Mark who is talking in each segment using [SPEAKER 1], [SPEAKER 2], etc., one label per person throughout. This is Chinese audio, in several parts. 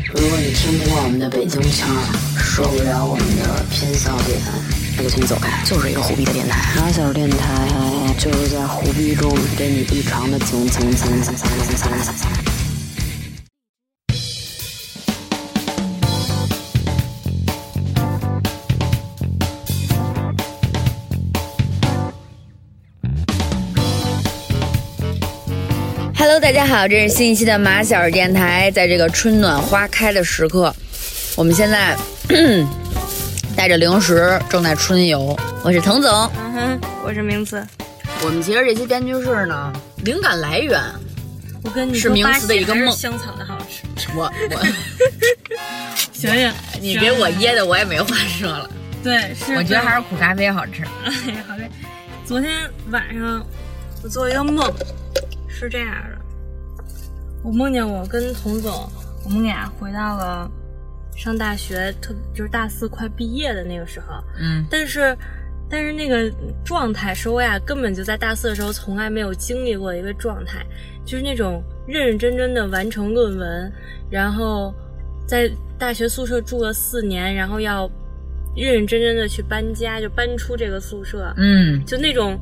[SPEAKER 1] 听不惯我们的北京腔儿，受不了我们的偏笑点，我就请你走开。
[SPEAKER 2] 啊
[SPEAKER 1] 就是一个虎逼的电台，马小电台就是在虎逼中给你异常的蹭蹭蹭蹭蹭蹭蹭蹭蹭。
[SPEAKER 2] Hello，大家好，这是新一期的马小儿电台。在这个春暖花开的时刻，我们现在 带着零食正在春游。我是滕总。
[SPEAKER 3] 嗯哼， 我是名字。
[SPEAKER 2] 我们其实这期编剧室呢，灵感来源
[SPEAKER 3] 我跟你
[SPEAKER 2] 是名词的一个梦
[SPEAKER 3] 巴西还是香草的好吃。
[SPEAKER 2] 我我
[SPEAKER 3] 行行，
[SPEAKER 2] 你给我噎的我也没话说了。
[SPEAKER 3] 对，是
[SPEAKER 2] 我觉得还是苦咖啡好吃。
[SPEAKER 3] 是 哎，好嘞。昨天晚上我做一个梦，是这样的，我梦见我跟童总，我们俩回到了上大学，特就是大四快毕业的那个时候，
[SPEAKER 2] 嗯，
[SPEAKER 3] 但是。但是那个状态是我俩根本就在大四的时候从来没有经历过的一个状态，就是那种认认真真的完成论文，然后在大学宿舍住了四年，然后要认认真真的去搬家，就搬出这个宿舍，
[SPEAKER 2] 嗯，
[SPEAKER 3] 就那种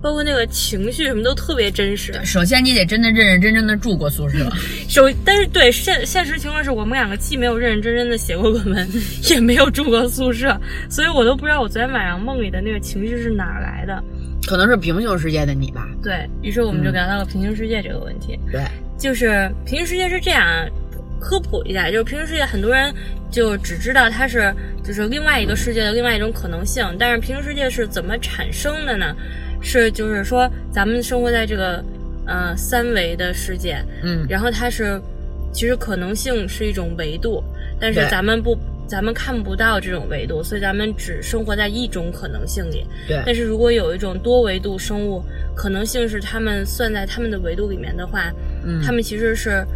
[SPEAKER 3] 包括那个情绪什么都特别真实。
[SPEAKER 2] 首先你得真的认认真真的住过宿舍，
[SPEAKER 3] 首但是对现现实情况是我们两个既没有认认真真的写过论文，也没有住过宿舍，所以我都不知道我昨天晚上梦里的那个情绪是哪儿来的。
[SPEAKER 2] 可能是平行世界的你吧？
[SPEAKER 3] 对于是，我们就
[SPEAKER 2] 嗯
[SPEAKER 3] 聊到了平行世界这个问题。
[SPEAKER 2] 对，
[SPEAKER 3] 就是平行世界是这样啊，科普一下，就是平行世界很多人就只知道它是就是另外一
[SPEAKER 2] 嗯
[SPEAKER 3] 个世界的另外一种可能性，但是平行世界是怎么产生的呢？是就是说咱们生活在这个呃三维的世界，
[SPEAKER 2] 嗯，
[SPEAKER 3] 然后它是其实可能性是一种维度，但是
[SPEAKER 2] 对
[SPEAKER 3] 咱们不咱们看不到这种维度，所以咱们只生活在一种可能性里。
[SPEAKER 2] 对
[SPEAKER 3] 但是如果有一种多维度生物，可能性是他们算在他们的维度里面的话，
[SPEAKER 2] 嗯
[SPEAKER 3] 他们其实是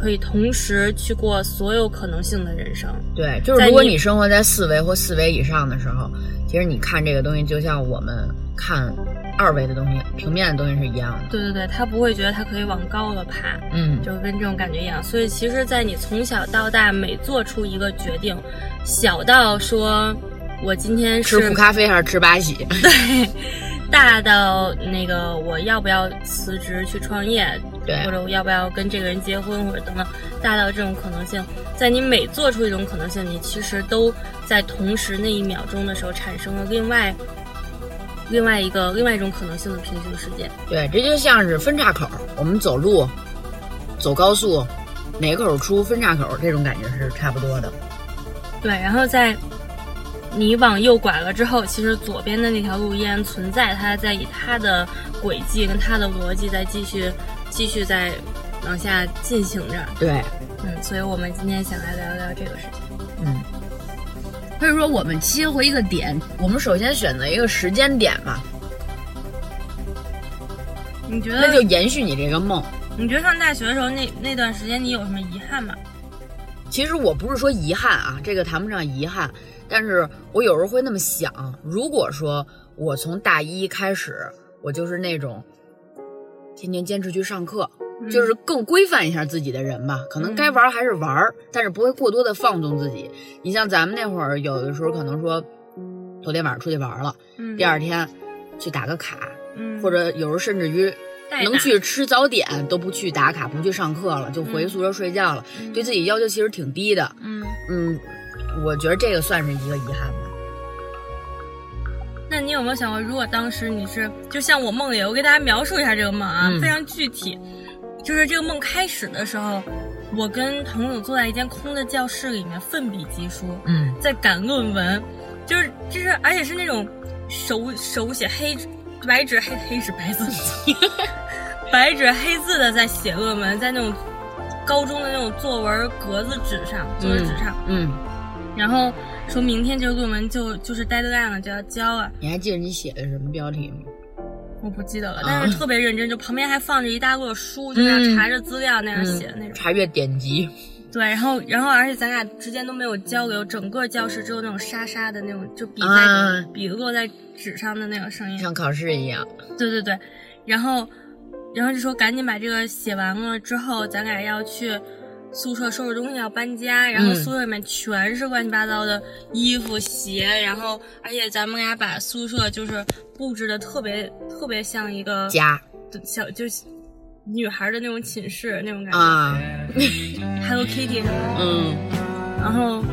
[SPEAKER 3] 可以同时去过所有可能性的人生。
[SPEAKER 2] 对，就是
[SPEAKER 3] 在
[SPEAKER 2] 如果
[SPEAKER 3] 你
[SPEAKER 2] 你生活在四维或四维以上的时候，其实你看这个东西就像我们看二维的东西、平面的东西是一样的。
[SPEAKER 3] 对对对，他不会觉得他可以往高了爬，
[SPEAKER 2] 嗯，
[SPEAKER 3] 就跟这种感觉一样。所以其实，在你从小到大每做出一个决定，小到说我今天
[SPEAKER 2] 吃
[SPEAKER 3] 是
[SPEAKER 2] 苦咖啡还是吃八喜？
[SPEAKER 3] 大到那个我要不要辞职去创业，
[SPEAKER 2] 对
[SPEAKER 3] 或者我要不要跟这个人结婚，或者等等，大到这种可能性，在你每做出一种可能性，你其实都在同时那一秒钟的时候产生了另外另外一个另外一种可能性的平行世界。
[SPEAKER 2] 对，这就像是分岔口，我们走路、走高速，哪个口出分岔口，这种感觉是差不多的。
[SPEAKER 3] 对，然后在你往右拐了之后，其实左边的那条路依然存在，它在以它的轨迹跟它的逻辑在继续继续在往下进行着。
[SPEAKER 2] 对，
[SPEAKER 3] 嗯，所以我们今天想来聊聊这个事情。
[SPEAKER 2] 嗯。所以说，我们切回一个点，我们首先选择一个时间点嘛，
[SPEAKER 3] 你觉
[SPEAKER 2] 那就延续你这个梦。
[SPEAKER 3] 你觉得上大学的时候那那段时间你有什么遗憾吗？
[SPEAKER 2] 其实我不是说遗憾啊，这个谈不上遗憾，但是我有时候会那么想，如果说我从大一开始，我就是那种天天坚持去上课，就是更规范一下自己的人吧，可能该玩儿还是玩儿，但是不会过多的放纵自己。你像咱们那会儿，有的时候可能说，头天晚上出去玩儿了，
[SPEAKER 3] 嗯
[SPEAKER 2] 第二天去打个卡，
[SPEAKER 3] 嗯
[SPEAKER 2] 或者有时候甚至于
[SPEAKER 3] 代打
[SPEAKER 2] 能去吃早点都不去打卡，不去上课了，就回宿舍睡觉了，对自己要求其实挺低的。
[SPEAKER 3] 嗯，
[SPEAKER 2] 嗯，我觉得这个算是一个遗憾吧。
[SPEAKER 3] 那你有没有想过，如果当时你是就像我梦里，我给大家描述一下这个梦啊，
[SPEAKER 2] 嗯
[SPEAKER 3] 非常具体，就是这个梦开始的时候，我跟童总坐在一间空的教室里面奋笔疾书，
[SPEAKER 2] 嗯，
[SPEAKER 3] 在赶论文，就是就是，而且是那种手手写黑白纸黑黑纸白字， 白纸黑字的在写论文，在那种高中的那种作文格子纸上，作文纸上，
[SPEAKER 2] 嗯，
[SPEAKER 3] 然后说明天这个论文就就是 deadline 了，就要交了。
[SPEAKER 2] 你还记得你写的什么标题吗？
[SPEAKER 3] 我不记得了
[SPEAKER 2] 啊，
[SPEAKER 3] 但是特别认真，就旁边还放着一大摞书，就那
[SPEAKER 2] 嗯
[SPEAKER 3] 样查着资料那样写的那种。
[SPEAKER 2] 查阅典籍。
[SPEAKER 3] 对，然后然后而且咱俩之间都没有交流，整个教室只有那种沙沙的那种，就笔在、
[SPEAKER 2] 啊
[SPEAKER 3] 笔落在纸上的那个声音。
[SPEAKER 2] 像考试一样，
[SPEAKER 3] 对对对，然后然后就说赶紧把这个写完了之后，咱俩要去宿舍收拾东西要搬家，然后
[SPEAKER 2] 嗯
[SPEAKER 3] 宿舍里面全是乱七八糟的衣服、鞋，然后而且咱们俩把宿舍就是布置的特别特别像一个
[SPEAKER 2] 家
[SPEAKER 3] 小就是女孩的那种寝室那种感觉、
[SPEAKER 2] 啊，
[SPEAKER 3] h e l l o Kitty 什么的。
[SPEAKER 2] 嗯
[SPEAKER 3] 然后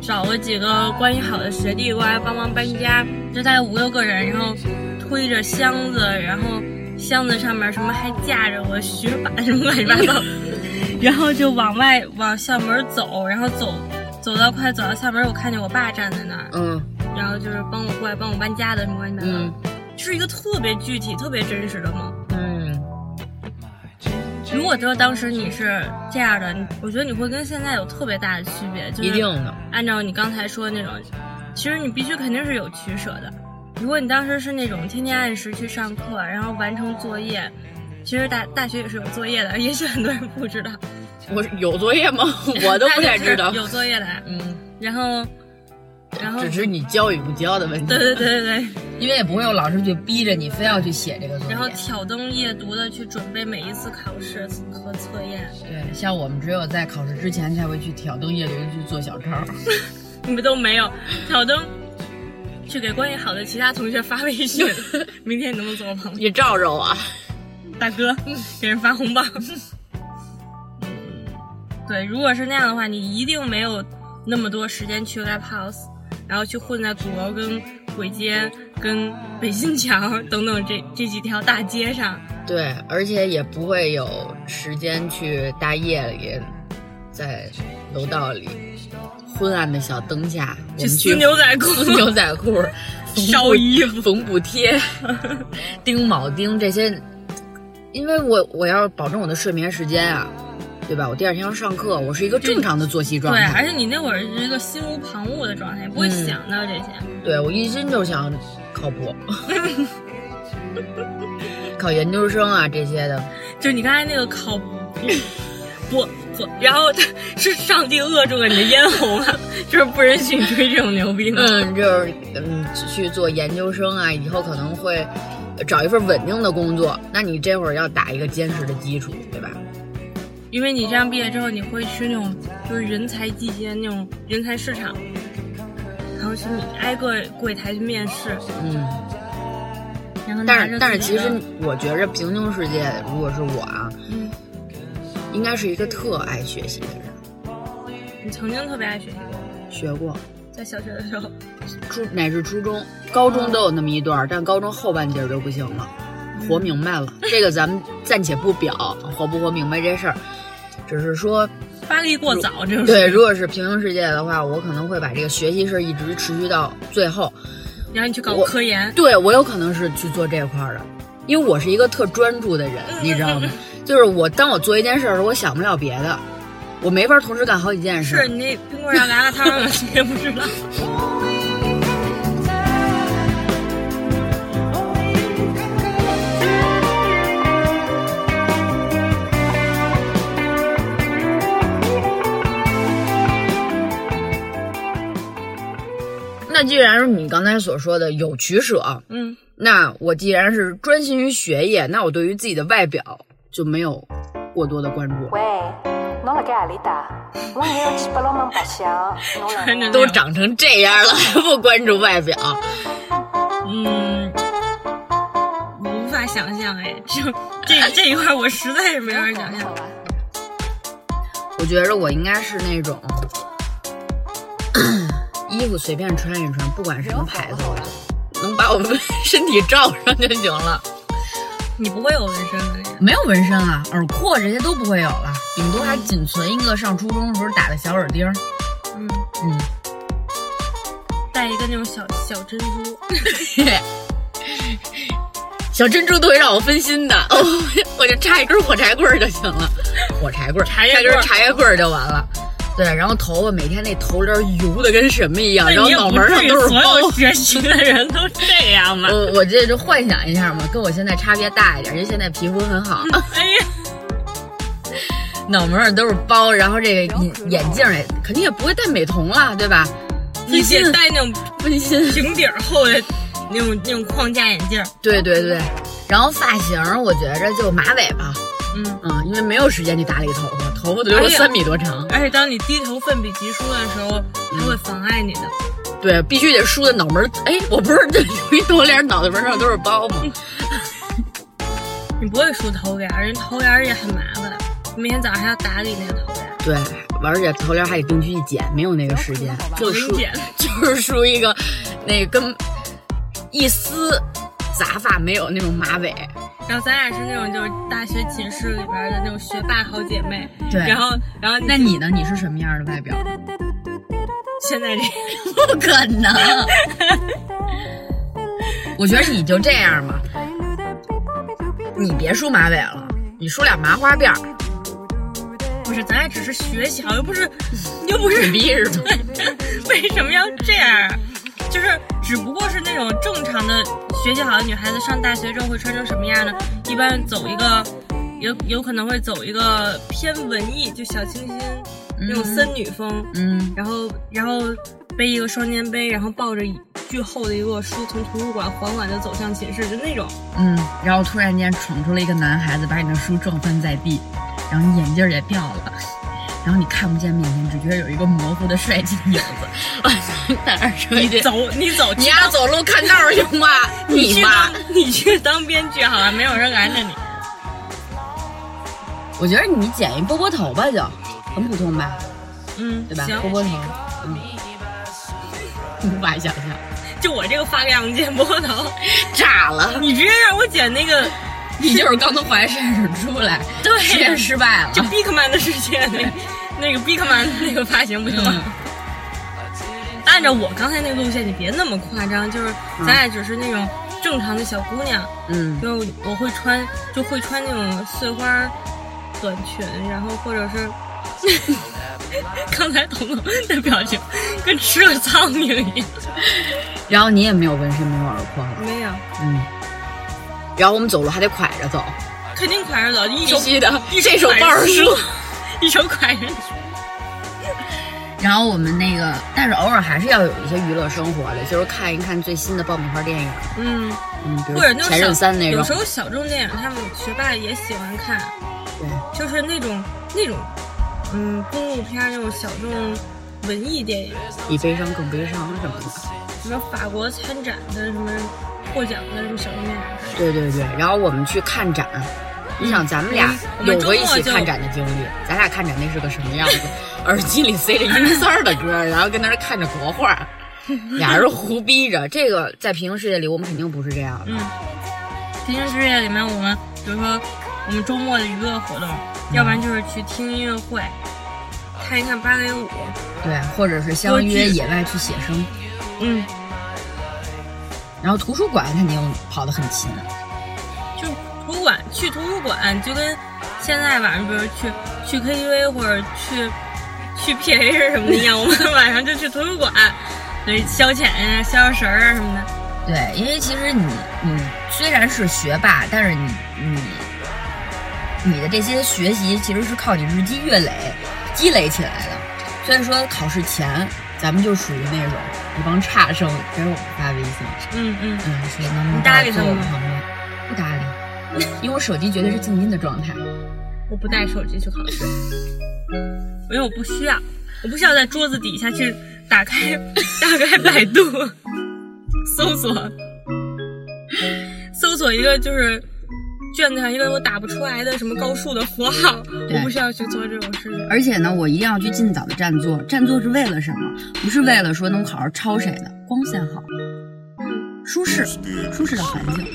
[SPEAKER 3] 找了几个关系好的学弟过来帮忙搬家，就大概五六个人，然后推着箱子，然后箱子上面什么还架着我雪板什么乱七八 糟，然后就往外往校门走，然后走走到快走到校门，我看见我爸站在那儿，
[SPEAKER 2] 嗯
[SPEAKER 3] 然后就是帮我过来帮我搬家的什么乱七八糟
[SPEAKER 2] 嗯
[SPEAKER 3] 的，是一个特别具体、特别真实的梦。
[SPEAKER 2] 嗯，
[SPEAKER 3] 如果说当时你是这样的，你我觉得你会跟现在有特别大的区别，就是
[SPEAKER 2] 一定的，
[SPEAKER 3] 按照你刚才说的那种，其实你必须肯定是有取舍的。如果你当时是那种天天按时去上课，然后完成作业，其实大大学也是有作业的，也许很多人不知道，
[SPEAKER 2] 我是有作业吗？ 我都不太知
[SPEAKER 3] 大
[SPEAKER 2] 道
[SPEAKER 3] 学是。有作业的。
[SPEAKER 2] 嗯，
[SPEAKER 3] 然后，然后
[SPEAKER 2] 只是你交与不交的问题
[SPEAKER 3] 对，对对对对，
[SPEAKER 2] 因为也不会有老师去逼着你非要去写这个作业。
[SPEAKER 3] 然后挑灯夜读的去准备每一次考试和测验，
[SPEAKER 2] 对，像我们只有在考试之前才会去挑灯夜读去做小抄。
[SPEAKER 3] 你们都没有挑灯。去给关系好的其他同学发微信， 明天你能不能做我朋友？
[SPEAKER 2] 你罩着我，
[SPEAKER 3] 大 哥，给人发红包。对，如果是那样的话，你一定没有那么多时间去 live house，然后去混在鼓楼、跟簋街、跟北新桥等等这这几条大街上。
[SPEAKER 2] 对，而且也不会有时间去大夜里，在楼道里昏暗的小灯下，我
[SPEAKER 3] 去
[SPEAKER 2] 们
[SPEAKER 3] 撕牛仔裤
[SPEAKER 2] 撕牛仔裤、缝布
[SPEAKER 3] 烧衣服
[SPEAKER 2] 缝补贴、 钉铆钉这些。因为我我要保证我的睡眠时间啊，对吧？我第二天要上课，我是一个正常的作息状
[SPEAKER 3] 对，
[SPEAKER 2] 态
[SPEAKER 3] 而。且你那会儿是一个心无旁骛的状态，也不会
[SPEAKER 2] 嗯
[SPEAKER 3] 想到这些。
[SPEAKER 2] 对我一心就想靠谱， 考研究生啊这些的。
[SPEAKER 3] 就是你刚才那个考 不不，然后他 是上帝扼住了你的咽喉吗？ 就是不允许你吹这种牛逼吗？
[SPEAKER 2] 嗯，就是嗯去做研究生啊，以后可能会找一份稳定的工作。那你这会儿要打一个坚实的基础，对吧？
[SPEAKER 3] 因为你这样毕业之后，你会去那种就是人才济济的那种人才市场，然后去挨个柜台去面试，
[SPEAKER 2] 嗯，
[SPEAKER 3] 然后拿
[SPEAKER 2] 但是
[SPEAKER 3] 着
[SPEAKER 2] 但是
[SPEAKER 3] 自
[SPEAKER 2] 其
[SPEAKER 3] 己的
[SPEAKER 2] 实我觉着平行世界，如果是我啊，
[SPEAKER 3] 嗯
[SPEAKER 2] 应该是一个特爱学习的人。
[SPEAKER 3] 你曾经特别爱学习，
[SPEAKER 2] 学过，
[SPEAKER 3] 在小学的时候，
[SPEAKER 2] 初乃至初中、高中都有那么一段儿，但高中后半截儿就不行了，活明白了。这个咱们暂且不表活不活明白这事儿，只是说
[SPEAKER 3] 发力过早，这种
[SPEAKER 2] 对，如果是平行世界的话，我可能会把这个学习事儿一直持续到最后。
[SPEAKER 3] 然后你去搞
[SPEAKER 2] 我
[SPEAKER 3] 科研，
[SPEAKER 2] 对我有可能是去做这块儿的，因为我是一个特专注的人，你知道吗？就是我当我做一件事儿的时候，我想不了别的，我没法同时干好几件
[SPEAKER 3] 是
[SPEAKER 2] 事。
[SPEAKER 3] 你那冰棍儿要拿了汤了， 你也不知道。
[SPEAKER 2] 那既然是你刚才所说的有取舍，
[SPEAKER 3] 嗯，
[SPEAKER 2] 那我既然是专心于学业，那我对于自己的外表就没有过多的关注，
[SPEAKER 4] Wey, no la queda alita. No quiero chispaloma en pasión. No la
[SPEAKER 3] 穿着那
[SPEAKER 2] 都
[SPEAKER 3] 种
[SPEAKER 2] 长成这样了 还不关注外表，
[SPEAKER 3] 嗯，我无法想象哎，这这这一块儿我实在是没法想象。
[SPEAKER 2] 我觉着我应该是那种。衣服随便穿一穿，不管什么牌子，能把我们身体罩上就行了。
[SPEAKER 3] 你不会有纹身的呀？
[SPEAKER 2] 没有纹身啊，耳廓这些都不会有了，顶多还仅存一个上初中的时候打的小耳钉。
[SPEAKER 3] 嗯，
[SPEAKER 2] 嗯，
[SPEAKER 3] 带一个那种小小珍珠。
[SPEAKER 2] 小珍珠都会让我分心的， 我就插一根火柴棍儿就行了，哦 火柴棍儿，
[SPEAKER 3] 茶叶
[SPEAKER 2] 插
[SPEAKER 3] 棍
[SPEAKER 2] 根
[SPEAKER 3] 儿
[SPEAKER 2] 茶叶棍儿就完了。对，然后头发每天那头帘儿油的跟什么一样，然后脑门儿上都是包
[SPEAKER 3] 所。 有学习的人都这样吧？
[SPEAKER 2] 我我这就幻想一下嘛，跟我现在差别大一点，因为现在皮肤很好，
[SPEAKER 3] 哎呀，
[SPEAKER 2] 脑门儿上都是包，然后这个眼眼镜儿也肯定也不会戴美瞳了，对吧？
[SPEAKER 3] 你
[SPEAKER 2] 分心
[SPEAKER 3] 得戴那种
[SPEAKER 2] 分心。
[SPEAKER 3] 平底儿厚的那种那种框架眼镜儿，
[SPEAKER 2] 对对对，然后发型儿我觉着就马尾吧，
[SPEAKER 3] 嗯。
[SPEAKER 2] 嗯，因为没有时间去打理头发，头发得留
[SPEAKER 3] 哎
[SPEAKER 2] 个
[SPEAKER 3] 呀
[SPEAKER 2] 三米多长，
[SPEAKER 3] 而且当你低头奋笔疾书的时候，它会妨碍你的。
[SPEAKER 2] 对，必须得梳的脑门儿，哎，我不是 有一我脸脑袋门上都是包吗？
[SPEAKER 3] 嗯你不会梳头帘儿，人头帘儿也很麻烦，每天早上还要打理那个头帘儿。
[SPEAKER 2] 对，而且头帘还得定期去剪，没有那个时间，就
[SPEAKER 3] 我给
[SPEAKER 2] 梳
[SPEAKER 3] 你剪，
[SPEAKER 2] 就是梳一个那个跟一丝杂发没有那种马尾，
[SPEAKER 3] 然后咱俩是那种就是大学寝室里边儿的那种学霸好姐妹。
[SPEAKER 2] 对
[SPEAKER 3] 然后，然后
[SPEAKER 2] 那你呢？你是什么样的 外表？
[SPEAKER 3] 现在这个
[SPEAKER 2] 不可能。我觉得你就这样吧，你别梳马尾了，你梳俩麻花辫儿，
[SPEAKER 3] 不是，咱俩只是学习，好又不是，又不是
[SPEAKER 2] 你逼是 吧？
[SPEAKER 3] 为什么要这样？就是只不过是那种正常的学习好的女孩子，上大学之后会穿成什么样呢？一般走一个，有有可能会走一个偏文艺，就小清新那种森女风，
[SPEAKER 2] 嗯，
[SPEAKER 3] 然后然后背一个双肩背，然后抱着一巨厚的一摞书，从图书馆缓缓的走向寝室，就那种。
[SPEAKER 2] 嗯，然后突然间闯出了一个男孩子，把你的书撞翻在地，然后你眼镜儿也掉了，然后你看不见面前，只觉得有一个模糊的帅气的影子。 在那儿说一句：“
[SPEAKER 3] 走，你走，
[SPEAKER 2] 你丫走路看道儿行吗？
[SPEAKER 3] 你
[SPEAKER 2] 你
[SPEAKER 3] 去
[SPEAKER 2] 妈
[SPEAKER 3] 当！ 你去当编剧好了，没有人拦着你。
[SPEAKER 2] 我觉得你剪一波波头吧，就很普通吧，
[SPEAKER 3] 嗯，
[SPEAKER 2] 对吧？
[SPEAKER 3] 行，
[SPEAKER 2] 波波头，嗯，无法想象，
[SPEAKER 3] 就我这个发量见波头，
[SPEAKER 2] 炸了！
[SPEAKER 3] 你直接让我剪那个
[SPEAKER 2] 你就是刚从怀身上出 来，
[SPEAKER 3] 对
[SPEAKER 2] 实验失败了
[SPEAKER 3] 就。b i g m a n 的世界那个那个 b i g m a n 那个发型不行吗？按照我刚才那个路线，你别那么夸张，就是咱俩只是那种正常的小姑娘，
[SPEAKER 2] 嗯
[SPEAKER 3] 就我会穿就会穿那种碎花短裙，然后或者是。 刚才彤彤的表情跟吃了苍蝇一样，
[SPEAKER 2] 然后你也没有纹身，没有耳廓了，
[SPEAKER 3] 没有，
[SPEAKER 2] 嗯。然后我们走路还得拐着走，
[SPEAKER 3] 肯定拐着走，一
[SPEAKER 2] 必
[SPEAKER 3] 手
[SPEAKER 2] 须的，
[SPEAKER 3] 一
[SPEAKER 2] 这手抱着书。，
[SPEAKER 3] 一手拐着书，
[SPEAKER 2] 然后我们那个，但是偶尔还是要有一些娱乐生活的，就是看一看最新的爆米花电影，
[SPEAKER 3] 嗯，
[SPEAKER 2] 嗯，比如
[SPEAKER 3] 或者那
[SPEAKER 2] 《
[SPEAKER 3] 种
[SPEAKER 2] 前任
[SPEAKER 3] 小
[SPEAKER 2] 三》那
[SPEAKER 3] 有
[SPEAKER 2] 种
[SPEAKER 3] 时，候小众电影他们学霸也喜欢看，
[SPEAKER 2] 对，
[SPEAKER 3] 就是那种那种，嗯，公路片儿那种小众文艺电影，
[SPEAKER 2] 比悲伤更悲伤什么的。
[SPEAKER 3] 什么法国参展的什么获奖的什么小众电影，
[SPEAKER 2] 对对对，然后我们去看展。你想，咱们俩
[SPEAKER 3] 嗯哎我们
[SPEAKER 2] 有过一起
[SPEAKER 3] 周末就
[SPEAKER 2] 看展的经历，咱俩看展那是个什么样子？ 耳机里塞着阴三儿的歌，然后跟那儿看着国画，俩人胡逼着。这个在平行世界里，我们肯定不是这样的。
[SPEAKER 3] 嗯，平行世界里面我们，比如说我们周末的娱乐活动，要不然就是去听音乐会，看一看芭蕾舞，
[SPEAKER 2] 对，或者是相
[SPEAKER 3] 歌
[SPEAKER 2] 约
[SPEAKER 3] 剧
[SPEAKER 2] 野外去写生，
[SPEAKER 3] 嗯，
[SPEAKER 2] 然后图书馆肯定跑得很勤。
[SPEAKER 3] 就图书馆去图书馆，就跟现在晚上比如去去 KTV 或者去去 PA 是 什么的一样，我们晚上就去图书馆，对，消遣呀、消消神儿啊什么的。
[SPEAKER 2] 对，因为其实你你虽然是学霸，但是你你你的这些学习其实是靠你日积月累积累起来的。虽然说考试前咱们就属于那种一帮差生，给我们发微信，
[SPEAKER 3] 嗯嗯，
[SPEAKER 2] 嗯，说能不能
[SPEAKER 3] 你搭理
[SPEAKER 2] 坐我
[SPEAKER 3] 他们吗
[SPEAKER 2] 旁边？不搭理，因为我手机绝对是静音的状态。
[SPEAKER 3] 我不带手机去考试，因为我不需要，我不需要在桌子底下去打开 打开百度搜索搜索一个就是。卷子上一个我打不出来的什么高数的符号，我
[SPEAKER 2] 对
[SPEAKER 3] 不需要去做这种事情。
[SPEAKER 2] 而且呢，我一定要去尽早的占座。占座是为了什么？不是为了说能好好抄谁的，光线好，舒适，舒适的环境。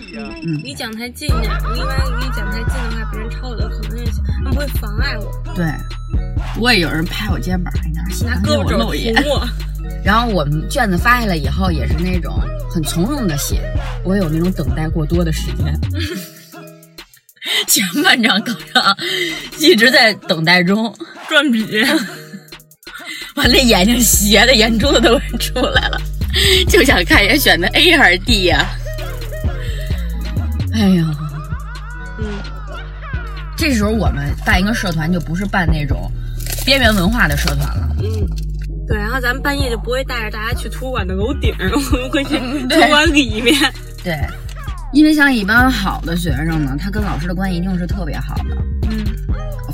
[SPEAKER 3] 离讲台近一点，另外离讲台近的话，别人抄我的可能也行，他们不会妨碍我，
[SPEAKER 2] 对，不会有人拍我肩膀，哎，哪行
[SPEAKER 3] 拿
[SPEAKER 2] 啊，给
[SPEAKER 3] 胳
[SPEAKER 2] 我
[SPEAKER 3] 膊肘
[SPEAKER 2] 露一眼。
[SPEAKER 3] 捅我。
[SPEAKER 2] 然后我们卷子发下来以后，也是那种很从容的写，我有那种等待过多的时 间。前半场考场一直在等待中，
[SPEAKER 3] 转笔，
[SPEAKER 2] 完了眼睛斜的，眼珠子都出来了，就想看人选的 A 还是 D 呀、哎呀。
[SPEAKER 3] 嗯，
[SPEAKER 2] 这时候我们办一个社团，就不是办那种边缘文化的社团了。
[SPEAKER 3] 对，然后咱们半夜就不会带着大家去图书馆的楼顶，我们会去图
[SPEAKER 2] 对
[SPEAKER 3] 书馆里面。
[SPEAKER 2] 对，因为像一般好的学生呢，他跟老师的关系一定是特别好的。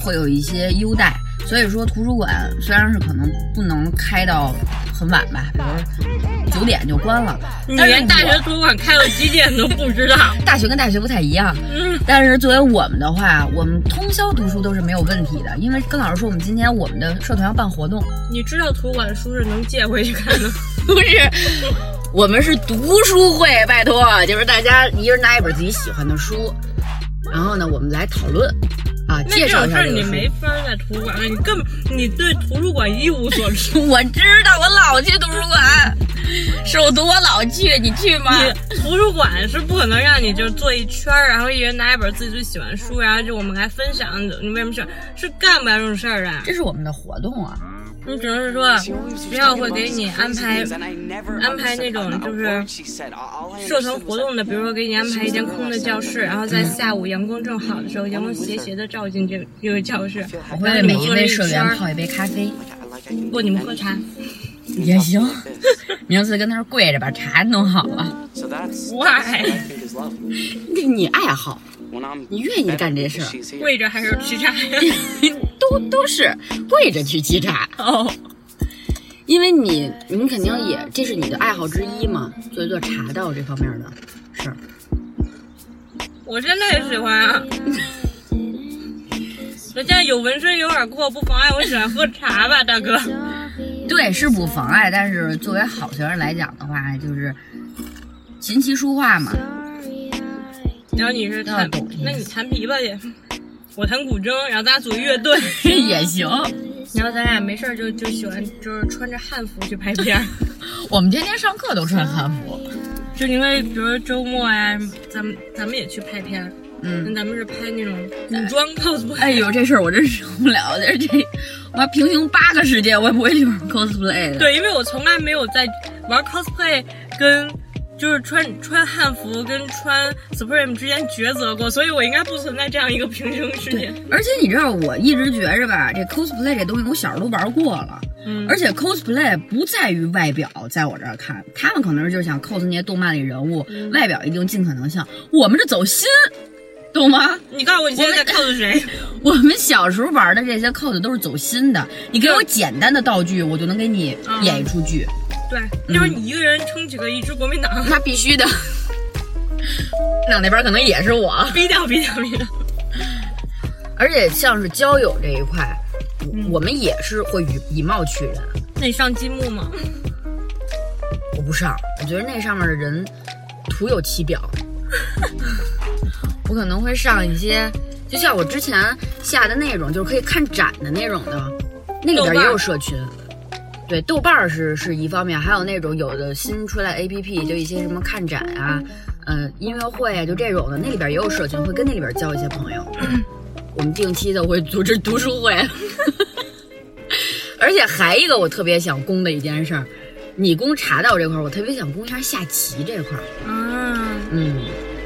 [SPEAKER 2] 会有一些优待。所以说，图书馆虽然是可能不能开到很晚吧，比如九点就关了，
[SPEAKER 3] 你
[SPEAKER 2] 但是
[SPEAKER 3] 连大
[SPEAKER 2] 我
[SPEAKER 3] 学图书馆开到几点都不知道。
[SPEAKER 2] 大学跟大学不太一样，
[SPEAKER 3] 嗯，
[SPEAKER 2] 但是作为我们的话，我们通宵读书都是没有问题的，因为跟老师说我们今天我们的社团要办活动，
[SPEAKER 3] 你知道图书馆的书是能借回去看的。
[SPEAKER 2] 不是，我们是读书会，拜托，就是大家一人拿一本自己喜欢的书，然后呢，我们来讨论啊，
[SPEAKER 3] 那
[SPEAKER 2] 介
[SPEAKER 3] 这
[SPEAKER 2] 绍
[SPEAKER 3] 种
[SPEAKER 2] 一
[SPEAKER 3] 事
[SPEAKER 2] 下
[SPEAKER 3] 儿
[SPEAKER 2] 这个
[SPEAKER 3] 你
[SPEAKER 2] 书。
[SPEAKER 3] 没法儿在图书馆干，你根本你对图书馆一无所 知。
[SPEAKER 2] 我知道，我老去图书馆，首都我老去，你去吗？
[SPEAKER 3] 你图书馆是不可能让你就坐一圈儿，然后一人拿一本自己最喜欢的书，然后就我们来分享你为什么喜欢，是干不了这种事儿的。
[SPEAKER 2] 这是我们的活动啊，
[SPEAKER 3] 你只能是说学校会给你安排安排那种就是社团活动的，比如说给你安排一间空的教室，然后在下午阳光正好的时候，阳光斜斜的照进这这个教室。
[SPEAKER 2] 我会为每一位社员泡一杯咖啡。
[SPEAKER 3] 不，你们喝茶。
[SPEAKER 2] 也行，明次跟那儿跪着把茶弄好 了。
[SPEAKER 3] Why？
[SPEAKER 2] 你你爱好，你愿意干这事儿
[SPEAKER 5] 儿
[SPEAKER 3] 跪着还是劈叉呀？
[SPEAKER 2] 都都是跪着去沏茶，
[SPEAKER 3] 哦，
[SPEAKER 2] 因为你你肯定也这是你的爱好之一嘛，做一做茶道这方面的事儿。
[SPEAKER 3] 我现在也喜欢 啊。人家有纹身有耳廓，不妨碍我喜欢喝茶吧，大哥。
[SPEAKER 2] 对，是不妨碍，但是作为好学生来讲的话，就是琴棋书画嘛，
[SPEAKER 3] 然后你是弹
[SPEAKER 2] 那懂，
[SPEAKER 3] 那你弹琵琶去，我弹古筝，然后咱俩组乐队。
[SPEAKER 2] 也行。
[SPEAKER 3] 然后咱俩没事儿就就喜欢就是穿着汉服去拍片儿，
[SPEAKER 2] 我们天天上课都穿汉服，
[SPEAKER 3] 就因为比如说周末呀、咱们咱们也去拍片儿，
[SPEAKER 2] 嗯。
[SPEAKER 3] 那咱们是拍那种古装 cosplay，、
[SPEAKER 2] 哎呦，这事儿我真受不了！这这，我还平行八个世界，我也不会去玩 cosplay 的。
[SPEAKER 3] 对，因为我从来没有在玩 cosplay 跟就是穿穿汉服跟穿 Supreme 之间抉择过，所以我应该不存在这样一个平行世界。
[SPEAKER 2] 而且你知道，我一直觉着吧，这 cosplay 这东西，我小时候都玩过了。
[SPEAKER 3] 嗯，
[SPEAKER 2] 而且 cosplay 不在于外表，在我这儿看，他们可能就是想 cos 那些动漫里人物，外表一定尽可能像。我们是走心，懂吗？
[SPEAKER 3] 你告诉我你现在在 cos 谁？
[SPEAKER 2] 我们小时候玩的这些 cos 都是走心的，你给我简单的道具，我就能给你
[SPEAKER 3] 嗯
[SPEAKER 2] 演一出剧。
[SPEAKER 3] 对，要是你一个人撑起个一支国民党，
[SPEAKER 2] 那必 须的。那那边可能也是我。
[SPEAKER 3] 逼掉逼掉逼掉。
[SPEAKER 2] 而且像是交友这一块，
[SPEAKER 3] 嗯
[SPEAKER 2] 我我们也是会以以貌取人。
[SPEAKER 3] 那你上积木吗？
[SPEAKER 2] 我不上，我觉得那上面的人徒有其表。 我可能会上一些，就像我之前下的那种，就是可以看展的那种的，那里
[SPEAKER 3] 豆
[SPEAKER 2] 边
[SPEAKER 3] 瓣
[SPEAKER 2] 也
[SPEAKER 3] 儿
[SPEAKER 2] 有社群。对，豆瓣儿是是一方面，还有那种有的新出来 A P P，就一些什么看展啊，呃，音乐会啊，就这种的，那里边也有社群，会跟那里边交一些朋 友。我们定期的会组织读书会，而且还一个我特别想攻的一件事儿，你攻茶道这块儿，我特别想攻一下下棋这块儿。
[SPEAKER 3] 啊，
[SPEAKER 2] 嗯，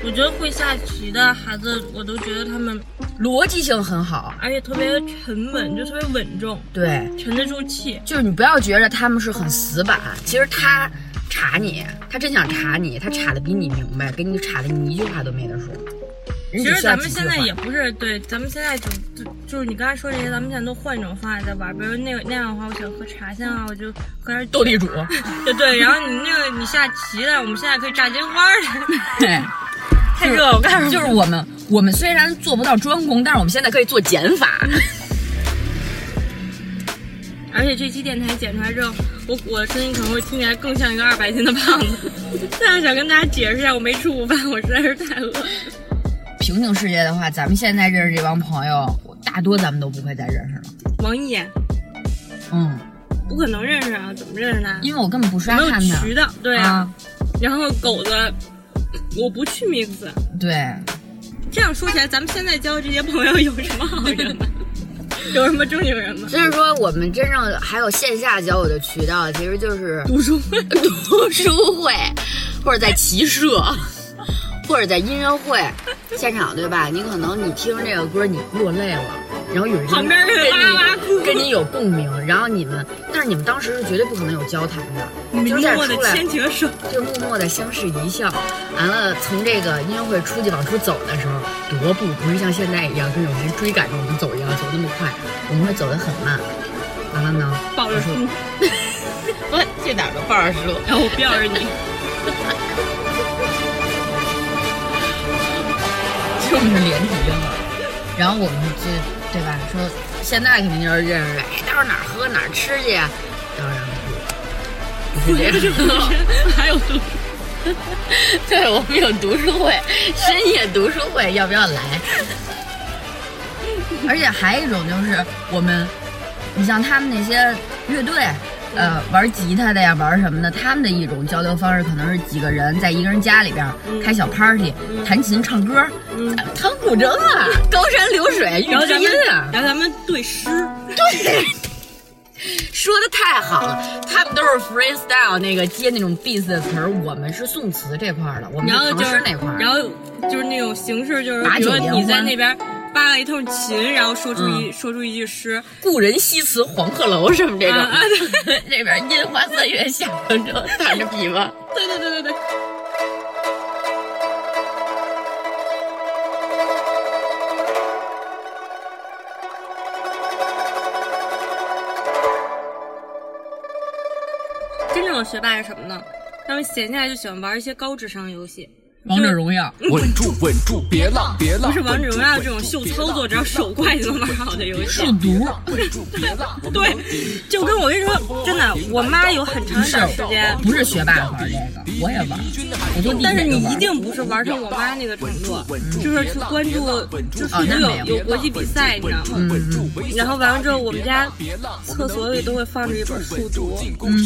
[SPEAKER 3] 我觉得会下棋的孩子，我都觉得他们，
[SPEAKER 2] 逻辑性很好，
[SPEAKER 3] 而且特别沉稳，就特别稳重，
[SPEAKER 2] 对，
[SPEAKER 3] 沉得住气。
[SPEAKER 2] 就是你不要觉着他们是很死板，其实他查你，他真想查你，他查的比你明白，给你查的你一句话都没得说。
[SPEAKER 3] 其实咱们现在也不是对，咱们现在就就就是你刚才说这些，咱们现在都换一种方案在玩。比如那个那样的话，我想喝茶，现在我就喝点酒。
[SPEAKER 2] 地主，
[SPEAKER 3] 对对，然后你那个你下棋了，我们现在可以炸金花了，
[SPEAKER 2] 对，
[SPEAKER 3] 太热了，我告诉你，
[SPEAKER 2] 就是我们，我们虽然做不到专攻，但是我们现在可以做减法。
[SPEAKER 3] 而且这期电台剪出来之后，我我的声音可能会听起来更像一个二百斤的胖子。 现在想跟大家解释一下，我没吃午饭，我实在是太饿了。
[SPEAKER 2] 平行世界的话，咱们现在认识这帮朋友，我大多咱们都不会再认识了。
[SPEAKER 3] 王一眼
[SPEAKER 2] 嗯，
[SPEAKER 3] 不可能认识啊，怎么认识他？
[SPEAKER 2] 因为我根本不刷
[SPEAKER 3] 没
[SPEAKER 2] 看
[SPEAKER 3] 有
[SPEAKER 2] 他
[SPEAKER 3] 渠道，对啊。
[SPEAKER 2] 啊，
[SPEAKER 3] 然后狗子，我不去 mix。
[SPEAKER 2] 对，
[SPEAKER 3] 这样说起来，咱们现在交的这些朋友有什么好 人吗？有什么正经人吗？
[SPEAKER 2] 所以说，我们真正还有线下交友的渠道，其实就是
[SPEAKER 3] 读书会，
[SPEAKER 2] 读书会，或者在骑 社，或者在音乐会现场，对吧？你可能你听着这个歌，你落泪了，然后有人
[SPEAKER 3] 旁边儿
[SPEAKER 2] 跟
[SPEAKER 3] 人
[SPEAKER 2] 你
[SPEAKER 3] 哇哇哭
[SPEAKER 2] 跟你有共鸣，然后你们，但是你们当时是绝对不可能有交谈
[SPEAKER 3] 你
[SPEAKER 2] 的，
[SPEAKER 3] 们
[SPEAKER 2] 就是
[SPEAKER 3] 默
[SPEAKER 2] 在
[SPEAKER 3] 默的
[SPEAKER 2] 出来
[SPEAKER 3] 牵起了手，
[SPEAKER 2] 就默默的相视一笑。完了，从这个音乐会出去往出走的时候，踱步不是像现在一样跟有人追赶着我们走一样走那么快，我们会走得很慢。完了呢，
[SPEAKER 3] 抱着书，
[SPEAKER 2] 我去哎哪儿都抱着书。
[SPEAKER 3] 然后我吊着你。
[SPEAKER 2] 就是连体婴儿。然后我们就对吧？说现在肯定就是认识，哎，到时候哪儿喝哪儿吃去呀？当然不，啊不是这样。
[SPEAKER 3] 还有读书，
[SPEAKER 2] 对，我们有读书会，深夜读书会，要不要来？而且还有一种就是我们，你像他们那些乐队，呃，玩吉他的呀，玩什么的，他们的一种交流方式可能是几个人在一个人家里边儿开小 party，、弹琴、唱歌，
[SPEAKER 3] 嗯
[SPEAKER 2] 咱们弹古筝啊，高山流水，
[SPEAKER 3] 然
[SPEAKER 2] 玉
[SPEAKER 3] 后
[SPEAKER 2] 知
[SPEAKER 3] 咱
[SPEAKER 2] 音
[SPEAKER 3] 们，
[SPEAKER 2] 啊，
[SPEAKER 3] 然后咱们对诗，
[SPEAKER 2] 说的太好了。他们都是 freestyle 那个接那种 beats 的词儿，我们是宋词这块儿的，我们
[SPEAKER 3] 然后
[SPEAKER 2] 是
[SPEAKER 3] 就
[SPEAKER 2] 唐
[SPEAKER 3] 是
[SPEAKER 2] 诗那块儿，
[SPEAKER 3] 然后就是那种形式，就是
[SPEAKER 2] 把
[SPEAKER 3] 比如说
[SPEAKER 2] 酒言
[SPEAKER 3] 你在
[SPEAKER 2] 欢
[SPEAKER 3] 那边扒了一通琴，然后说出
[SPEAKER 2] 嗯
[SPEAKER 3] 一说出一句诗，
[SPEAKER 2] 故人西辞黄鹤楼什么这种，
[SPEAKER 3] 啊啊
[SPEAKER 2] 那边烟花三月下杭州，弹着琵琶。
[SPEAKER 3] 对对对对对。真正的学霸是什么呢？他们闲下来就喜欢玩一些高智商游戏，
[SPEAKER 2] 王者荣耀，
[SPEAKER 6] 稳住，稳住，别浪，别
[SPEAKER 3] 不
[SPEAKER 6] 浪。
[SPEAKER 3] 是王者荣耀这种秀操作，只要手快就能玩好的游戏。
[SPEAKER 6] 毒。稳住，别浪。
[SPEAKER 3] 对，就跟我跟你说，真的，我妈有很长
[SPEAKER 2] 不
[SPEAKER 3] 一
[SPEAKER 2] 是
[SPEAKER 3] 段时间，
[SPEAKER 2] 不是学霸玩这个，我也玩，我就第一
[SPEAKER 3] 但是
[SPEAKER 2] 眼就
[SPEAKER 3] 你一
[SPEAKER 2] 玩。
[SPEAKER 3] 定不是玩成我妈那个程度，
[SPEAKER 6] 嗯
[SPEAKER 3] 就是去关注，就是
[SPEAKER 2] 哦那没有嗯
[SPEAKER 3] 有有国际比赛，你知道吗？然后完了之后，我们家厕所里都会放着一本速读，
[SPEAKER 6] 嗯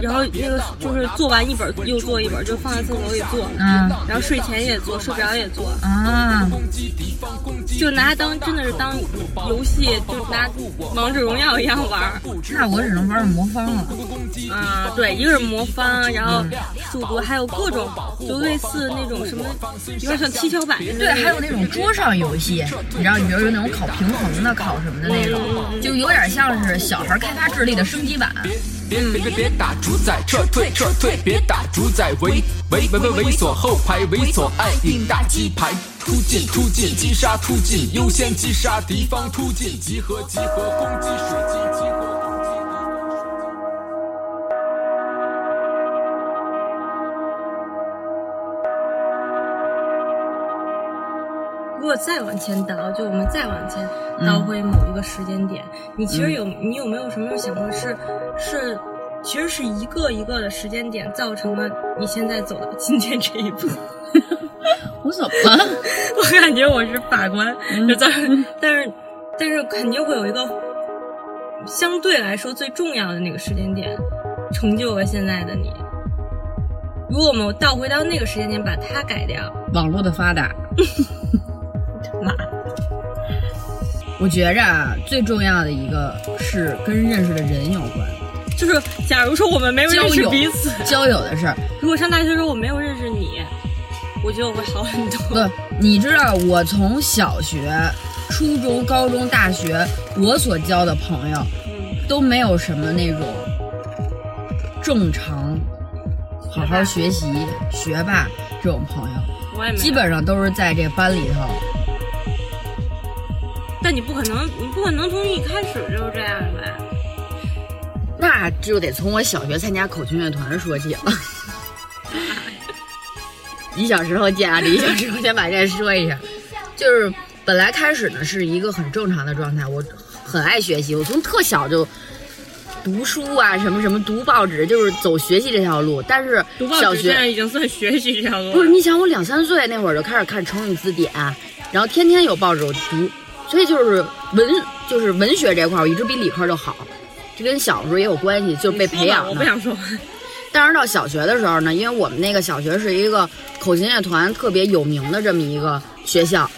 [SPEAKER 3] 然后那个就是做完一本又做一本，就放在厕所里做，
[SPEAKER 2] 嗯
[SPEAKER 3] 然后睡前也做，睡不着也做，
[SPEAKER 2] 啊，
[SPEAKER 3] 就拿它当真的是当游戏，就拿王者荣耀一样玩儿。
[SPEAKER 2] 那我只能玩魔方了。
[SPEAKER 3] 啊，对，一个是魔方，然后速读，还有各种就类似那种什么，有点像七巧板似的。
[SPEAKER 2] 对，还有那种桌上游戏，你知道，你比如有那种考平衡的、考什么的那种，就有点像是小孩开发智力的升级版。
[SPEAKER 6] 别别别别打主宰，撤退撤退，别打主宰，猥猥猥猥猥琐后排，猥琐暗影大鸡排，突进突进，击杀突进，优先击杀敌方突进，集合集合，攻击水晶，集合攻击敌方水晶。
[SPEAKER 3] 如果再往前倒，就我们再往前
[SPEAKER 2] 嗯
[SPEAKER 3] 倒回某一个时间点，你其实有你有没有什么时候想过是是，其实是一个一个的时间点造成了你现在走到今天这一步。
[SPEAKER 2] 我怎么了？
[SPEAKER 3] 我感觉我是法官，
[SPEAKER 2] 嗯
[SPEAKER 3] 就在，但是但是肯定会有一个相对来说最重要的那个时间点，成就了现在的你。如果我们倒回到那个时间点，把它改掉，
[SPEAKER 2] 网络的发 达。
[SPEAKER 3] 妈，
[SPEAKER 2] 我觉着啊，最重要的一个是跟认识的人有关，
[SPEAKER 3] 就是假如说我们没有
[SPEAKER 2] 交
[SPEAKER 3] 认识
[SPEAKER 2] 友
[SPEAKER 3] 彼此，
[SPEAKER 2] 交友的事儿。
[SPEAKER 3] 如果上大学的时候我没有认识你，我觉得我会好很多。
[SPEAKER 2] 不，你知道我从小学、初中、高中、大学，我所交的朋友
[SPEAKER 3] 嗯，
[SPEAKER 2] 都没有什么那种正常、好好学习、学霸这种朋友，
[SPEAKER 3] 我也没有
[SPEAKER 2] 基，本上都是在这班里头。
[SPEAKER 3] 但你不可能，你不可能从一开始就是这样吧？
[SPEAKER 2] 那就得从我小学参加口琴乐团说起了。一小时后见啊，这一小时后先把这说一下。就是本来开始呢是一个很正常的状态，我很爱学习，我从特小就读书啊，什么什么读报纸，就是走学习这条路。但是
[SPEAKER 3] 读报
[SPEAKER 2] 小
[SPEAKER 3] 纸现在
[SPEAKER 2] 学
[SPEAKER 3] 已经算学习这条路了。
[SPEAKER 2] 不是，你想我两三岁那会儿就开始看成语字典，然后天天有报纸我读，所以就是文就是文学这块儿我一直比理科就好。这跟小时候也有关系，就是被
[SPEAKER 3] 说
[SPEAKER 2] 培
[SPEAKER 3] 吧
[SPEAKER 2] 养的。
[SPEAKER 3] 我不想说。
[SPEAKER 2] 但是到小学的时候呢，因为我们那个小学是一个口琴乐团特别有名的这么一个学校，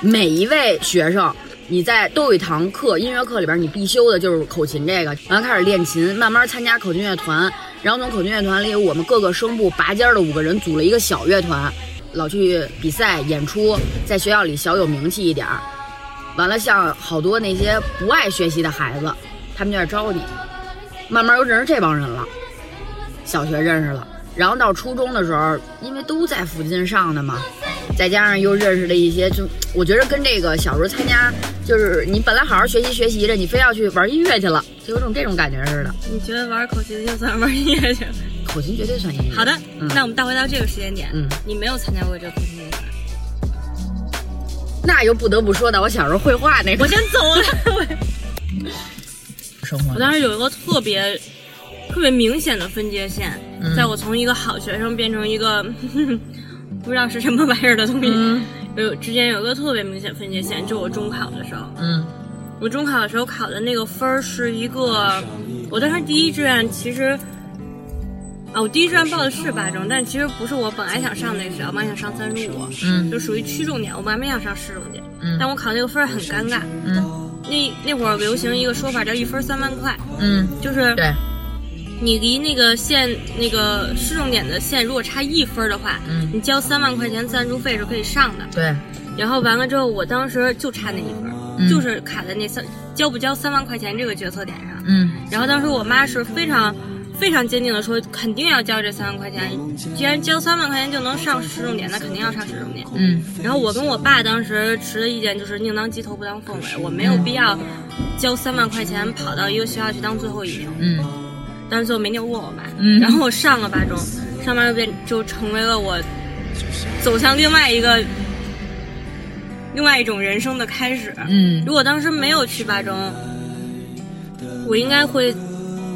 [SPEAKER 2] 每一位学生。你在都有一堂课，音乐课里边你必修的就是口琴这个，然后开始练琴，慢慢参加口琴乐团，然后从口琴乐团里，我们各个声部拔尖儿的五个人组了一个小乐团，老去比赛演出，在学校里小有名气一点儿。完了，像好多那些不爱学习的孩子，他们就在招你，慢慢又认识这帮人了。小学认识了，然后到初中的时候，因为都在附近上的嘛，再加上又认识了一些，就我觉得跟这个小时候参加，就是你本来好好学习学习着，你非要去玩音乐去了，就有种这种感觉似的。
[SPEAKER 3] 你觉得玩口琴就算玩音乐去？
[SPEAKER 2] 口琴绝对算音乐。
[SPEAKER 3] 好的，
[SPEAKER 2] 嗯
[SPEAKER 3] 那我们倒回到这个时间点，
[SPEAKER 2] 嗯
[SPEAKER 3] 你没有参加过这个口琴比赛，
[SPEAKER 2] 那又不得不说到我小时候绘画那个
[SPEAKER 3] 我先走了。我
[SPEAKER 2] 生活
[SPEAKER 3] 我，当时有一个特别特别明显的分界线，
[SPEAKER 2] 嗯
[SPEAKER 3] 在我从一个好学生变成一个 不知道是什么玩意儿的东西，
[SPEAKER 2] 嗯
[SPEAKER 3] 有之间有一个特别明显分界线，就我中考的时候，
[SPEAKER 2] 嗯，
[SPEAKER 3] 我中考的时候考的那个分儿是一个，我当时第一志愿其实。啊，我第一志愿报的是八中，但其实不是我本来想上那个学校，我本来想上三十五，
[SPEAKER 2] 嗯
[SPEAKER 3] 就属于区重点，我本来没想上市重点，
[SPEAKER 2] 嗯
[SPEAKER 3] 但我考那个分儿很尴尬，
[SPEAKER 2] 嗯
[SPEAKER 3] 那那会儿流行一个说法叫一分儿三万块，
[SPEAKER 2] 嗯，
[SPEAKER 3] 就是
[SPEAKER 2] 对，
[SPEAKER 3] 你离那个县那个市重点的县如果差一分儿的话，
[SPEAKER 2] 嗯
[SPEAKER 3] 你交三万块钱赞助费是可以上的。
[SPEAKER 2] 对，
[SPEAKER 3] 然后完了之后，我当时就差那一分儿，
[SPEAKER 2] 嗯
[SPEAKER 3] 就是卡在那三交不交三万块钱这个决策点上。
[SPEAKER 2] 嗯
[SPEAKER 3] 然后当时我妈是非常非常坚定的说，肯定要交这三万块钱，既然交三万块钱就能上市重点，那肯定要上市重点。
[SPEAKER 2] 嗯
[SPEAKER 3] 然后我跟我爸当时持的意见就是宁当鸡头不当凤尾，我没有必要交三万块钱跑到一个学校去当最后一名。
[SPEAKER 2] 嗯
[SPEAKER 3] 但是最后没拗过我爸，
[SPEAKER 2] 嗯
[SPEAKER 3] 然后我上了八中，上八中变就成为了我走向另外一个另外一种人生的开始。
[SPEAKER 2] 嗯
[SPEAKER 3] 如果当时没有去八中，我应该会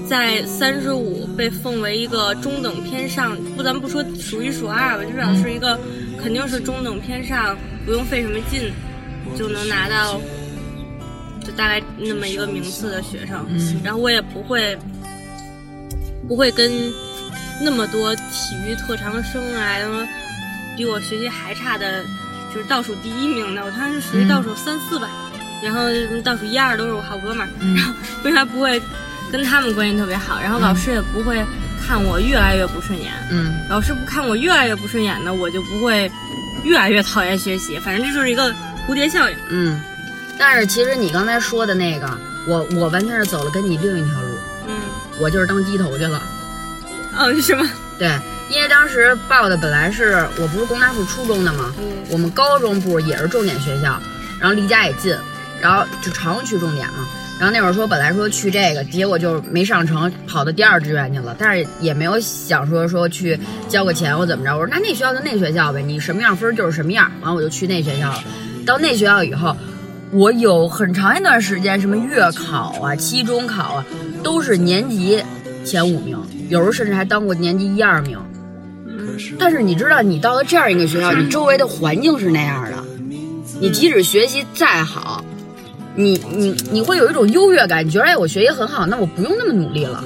[SPEAKER 3] 在三十五被奉为一个中等偏上，不咱不说数一数二吧，至少是一个肯定是中等偏上，不用费什么劲就能拿到，就大概那么一个名次的学生。
[SPEAKER 2] 嗯
[SPEAKER 3] 然后我也不会不会跟那么多体育特长生啊，什么比我学习还差的，就是倒数第一名的，我当时属于倒数三四吧，然后倒数一二都是我好哥们儿，然后为啥不会跟他们关系特别好？然后老师也不会看我越来越不顺眼，
[SPEAKER 2] 嗯
[SPEAKER 3] 老师不看我越来越不顺眼呢，我就不会越来越讨厌学习，反正这就是一个蝴蝶效应。
[SPEAKER 2] 嗯。但是其实你刚才说的那个，我我完全是走了跟你另一条路，
[SPEAKER 3] 嗯，
[SPEAKER 2] 我就是当鸡头去了。
[SPEAKER 3] 哦，是吗？
[SPEAKER 2] 对，因为当时报的本来是我不是工大附初中的嘛，
[SPEAKER 3] 嗯
[SPEAKER 2] 我们高中部也是重点学校，然后离家也近，然后就朝阳区重点嘛。然后那会儿说本来说去这个，结果就没上成，跑到第二志愿去了。但是也没有想说说去交个钱或怎么着。我说那那学校就那学校呗，你什么样分儿就是什么样。完我就去那学校了。到那学校以后，我有很长一段时间，什么月考啊、期中考啊，都是年级前五名，有时候甚至还当过年级一二名。但是你知道，你到了这样一个学校，你周围的环境是那样的，你即使学习再好，你你你会有一种优越感，你觉得哎，我学习很好，那我不用那么努力了。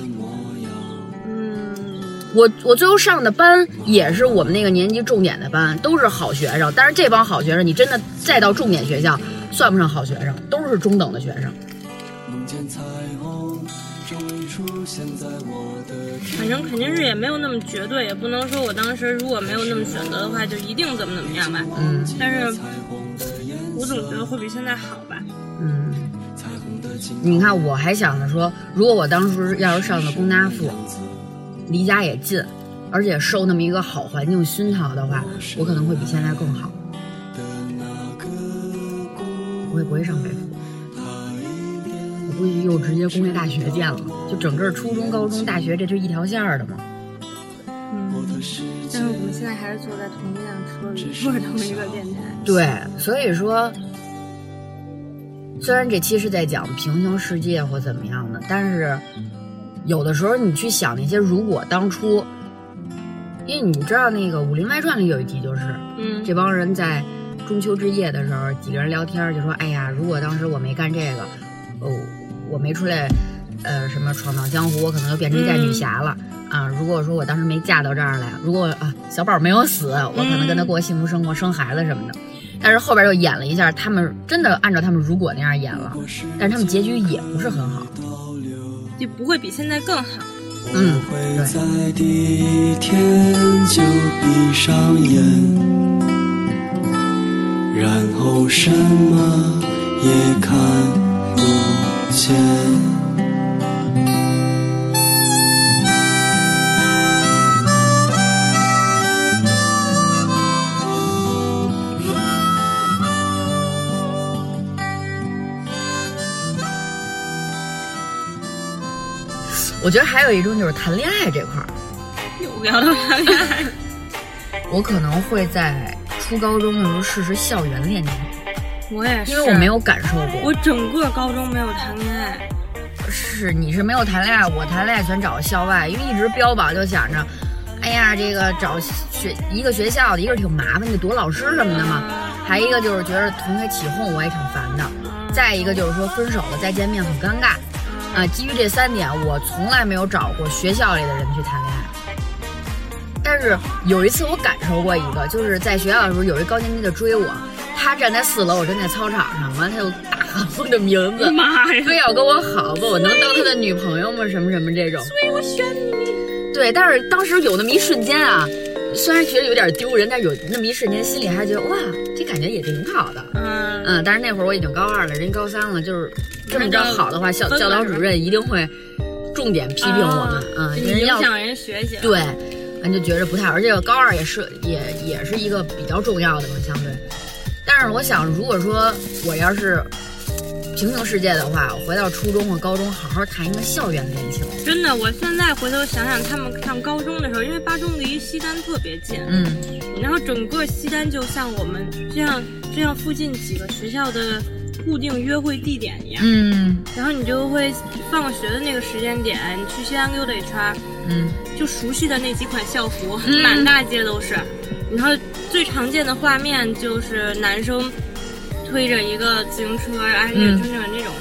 [SPEAKER 2] 我我最后上的班也是我们那个年级重点的班，都是好学生。但是这帮好学生，你真的再到重点学校，算不上好学生，都是中等的学生。
[SPEAKER 3] 反正肯定是也没有那么绝对，也不能说我当时如果没有那么选择的话，就一定怎么怎么样吧。
[SPEAKER 2] 嗯
[SPEAKER 3] 但是，我总觉得会比现在好吧。
[SPEAKER 2] 嗯，你看，我还想着说，如果我当时要是上的工大附，离家也近，而且受那么一个好环境熏陶的话，我可能会比现在更好。我也不会上北附，我估计又直接工业大学见了，就整个初中、高中、大学这就一条线儿的嘛。
[SPEAKER 3] 但是我们现在还是坐在同一辆车里，做着同一个电台。
[SPEAKER 2] 对，所以说，虽然这期是在讲平行世界或怎么样的，但是有的时候你去想那些如果当初，因为你知道那个《武林外传》里有一集就是
[SPEAKER 3] 嗯，
[SPEAKER 2] 这帮人在中秋之夜的时候，几个人聊天儿就说：“哎呀，如果当时我没干这个，哦，我没出来，呃，什么闯荡江湖，我可能就变成一代女侠了。啊，如果说我当时没嫁到这儿来，如果啊小宝没有死，我可能跟他过幸福生活，生孩子什么的。但是后边又演了一下，他们真的按照他们如果那样演了，但是他们结局也不是很好。
[SPEAKER 3] 就不会比现在更好。
[SPEAKER 2] 嗯，
[SPEAKER 7] 会
[SPEAKER 2] 对，
[SPEAKER 7] 在第一天就闭上眼，然后什么也看不见。
[SPEAKER 2] 我觉得还有一种就是谈恋爱这块儿，
[SPEAKER 3] 又聊到谈恋爱，
[SPEAKER 2] 我可能会在初高中的时候试试校园恋情，
[SPEAKER 3] 我也是，
[SPEAKER 2] 因为我没有感受过。
[SPEAKER 3] 我整个高中没有谈恋爱，
[SPEAKER 2] 是你是没有谈恋爱，我谈恋爱全找校外，因为一直标榜就想着，哎呀，这个找学一个学校的，一个是挺麻烦，你躲老师什么的嘛，还一个就是觉得同学起哄我也挺烦的，再一个就是说分手了再见面很尴尬，啊，基于这三点，我从来没有找过学校里的人去谈恋爱。但是有一次我感受过一个，就是在学校的时候，有一高年级的追我，他站在四楼，我站在操场上，完了他就大喊我的名字，
[SPEAKER 3] 妈呀！
[SPEAKER 2] 非要跟我好， 问我能当他的女朋友吗？什么什么这种。所以我选你。对，但是当时有那么一瞬间啊，虽然觉得有点丢人，但是有那么一瞬间心里还觉得哇，这感觉也挺好的。
[SPEAKER 3] 嗯，
[SPEAKER 2] 嗯，但是那会儿我已经高二了，人高三了，就是这么着
[SPEAKER 3] 那就
[SPEAKER 2] 好的话，校
[SPEAKER 3] 分了
[SPEAKER 2] 教导
[SPEAKER 3] 是吧
[SPEAKER 2] 主任一定会重点批评我们。
[SPEAKER 3] 啊
[SPEAKER 2] 嗯，
[SPEAKER 3] 就
[SPEAKER 2] 人
[SPEAKER 3] 影
[SPEAKER 2] 要
[SPEAKER 3] 响人学习。，
[SPEAKER 2] 对，完就觉着不太好，而且高二也是也也是一个比较重要的嘛，相对。但是我想，如果说我要是平行世界的话，我回到初中或高中，好好谈一个校园恋情。
[SPEAKER 3] 真的，我现在回头想想，他们上高中的时候，因为八中离西单特别近，
[SPEAKER 2] 嗯，
[SPEAKER 3] 然后整个西单就像我们就像就像附近几个学校的固定约会地点一样，
[SPEAKER 2] 嗯
[SPEAKER 3] 然后你就会放学的那个时间点，你去西安溜达一圈儿，
[SPEAKER 2] 嗯，
[SPEAKER 3] 就熟悉的那几款校服，
[SPEAKER 2] 嗯
[SPEAKER 3] 满大街都是。然后最常见的画面就是男生推着一个自行车，而且
[SPEAKER 2] 嗯
[SPEAKER 3] 就是那种、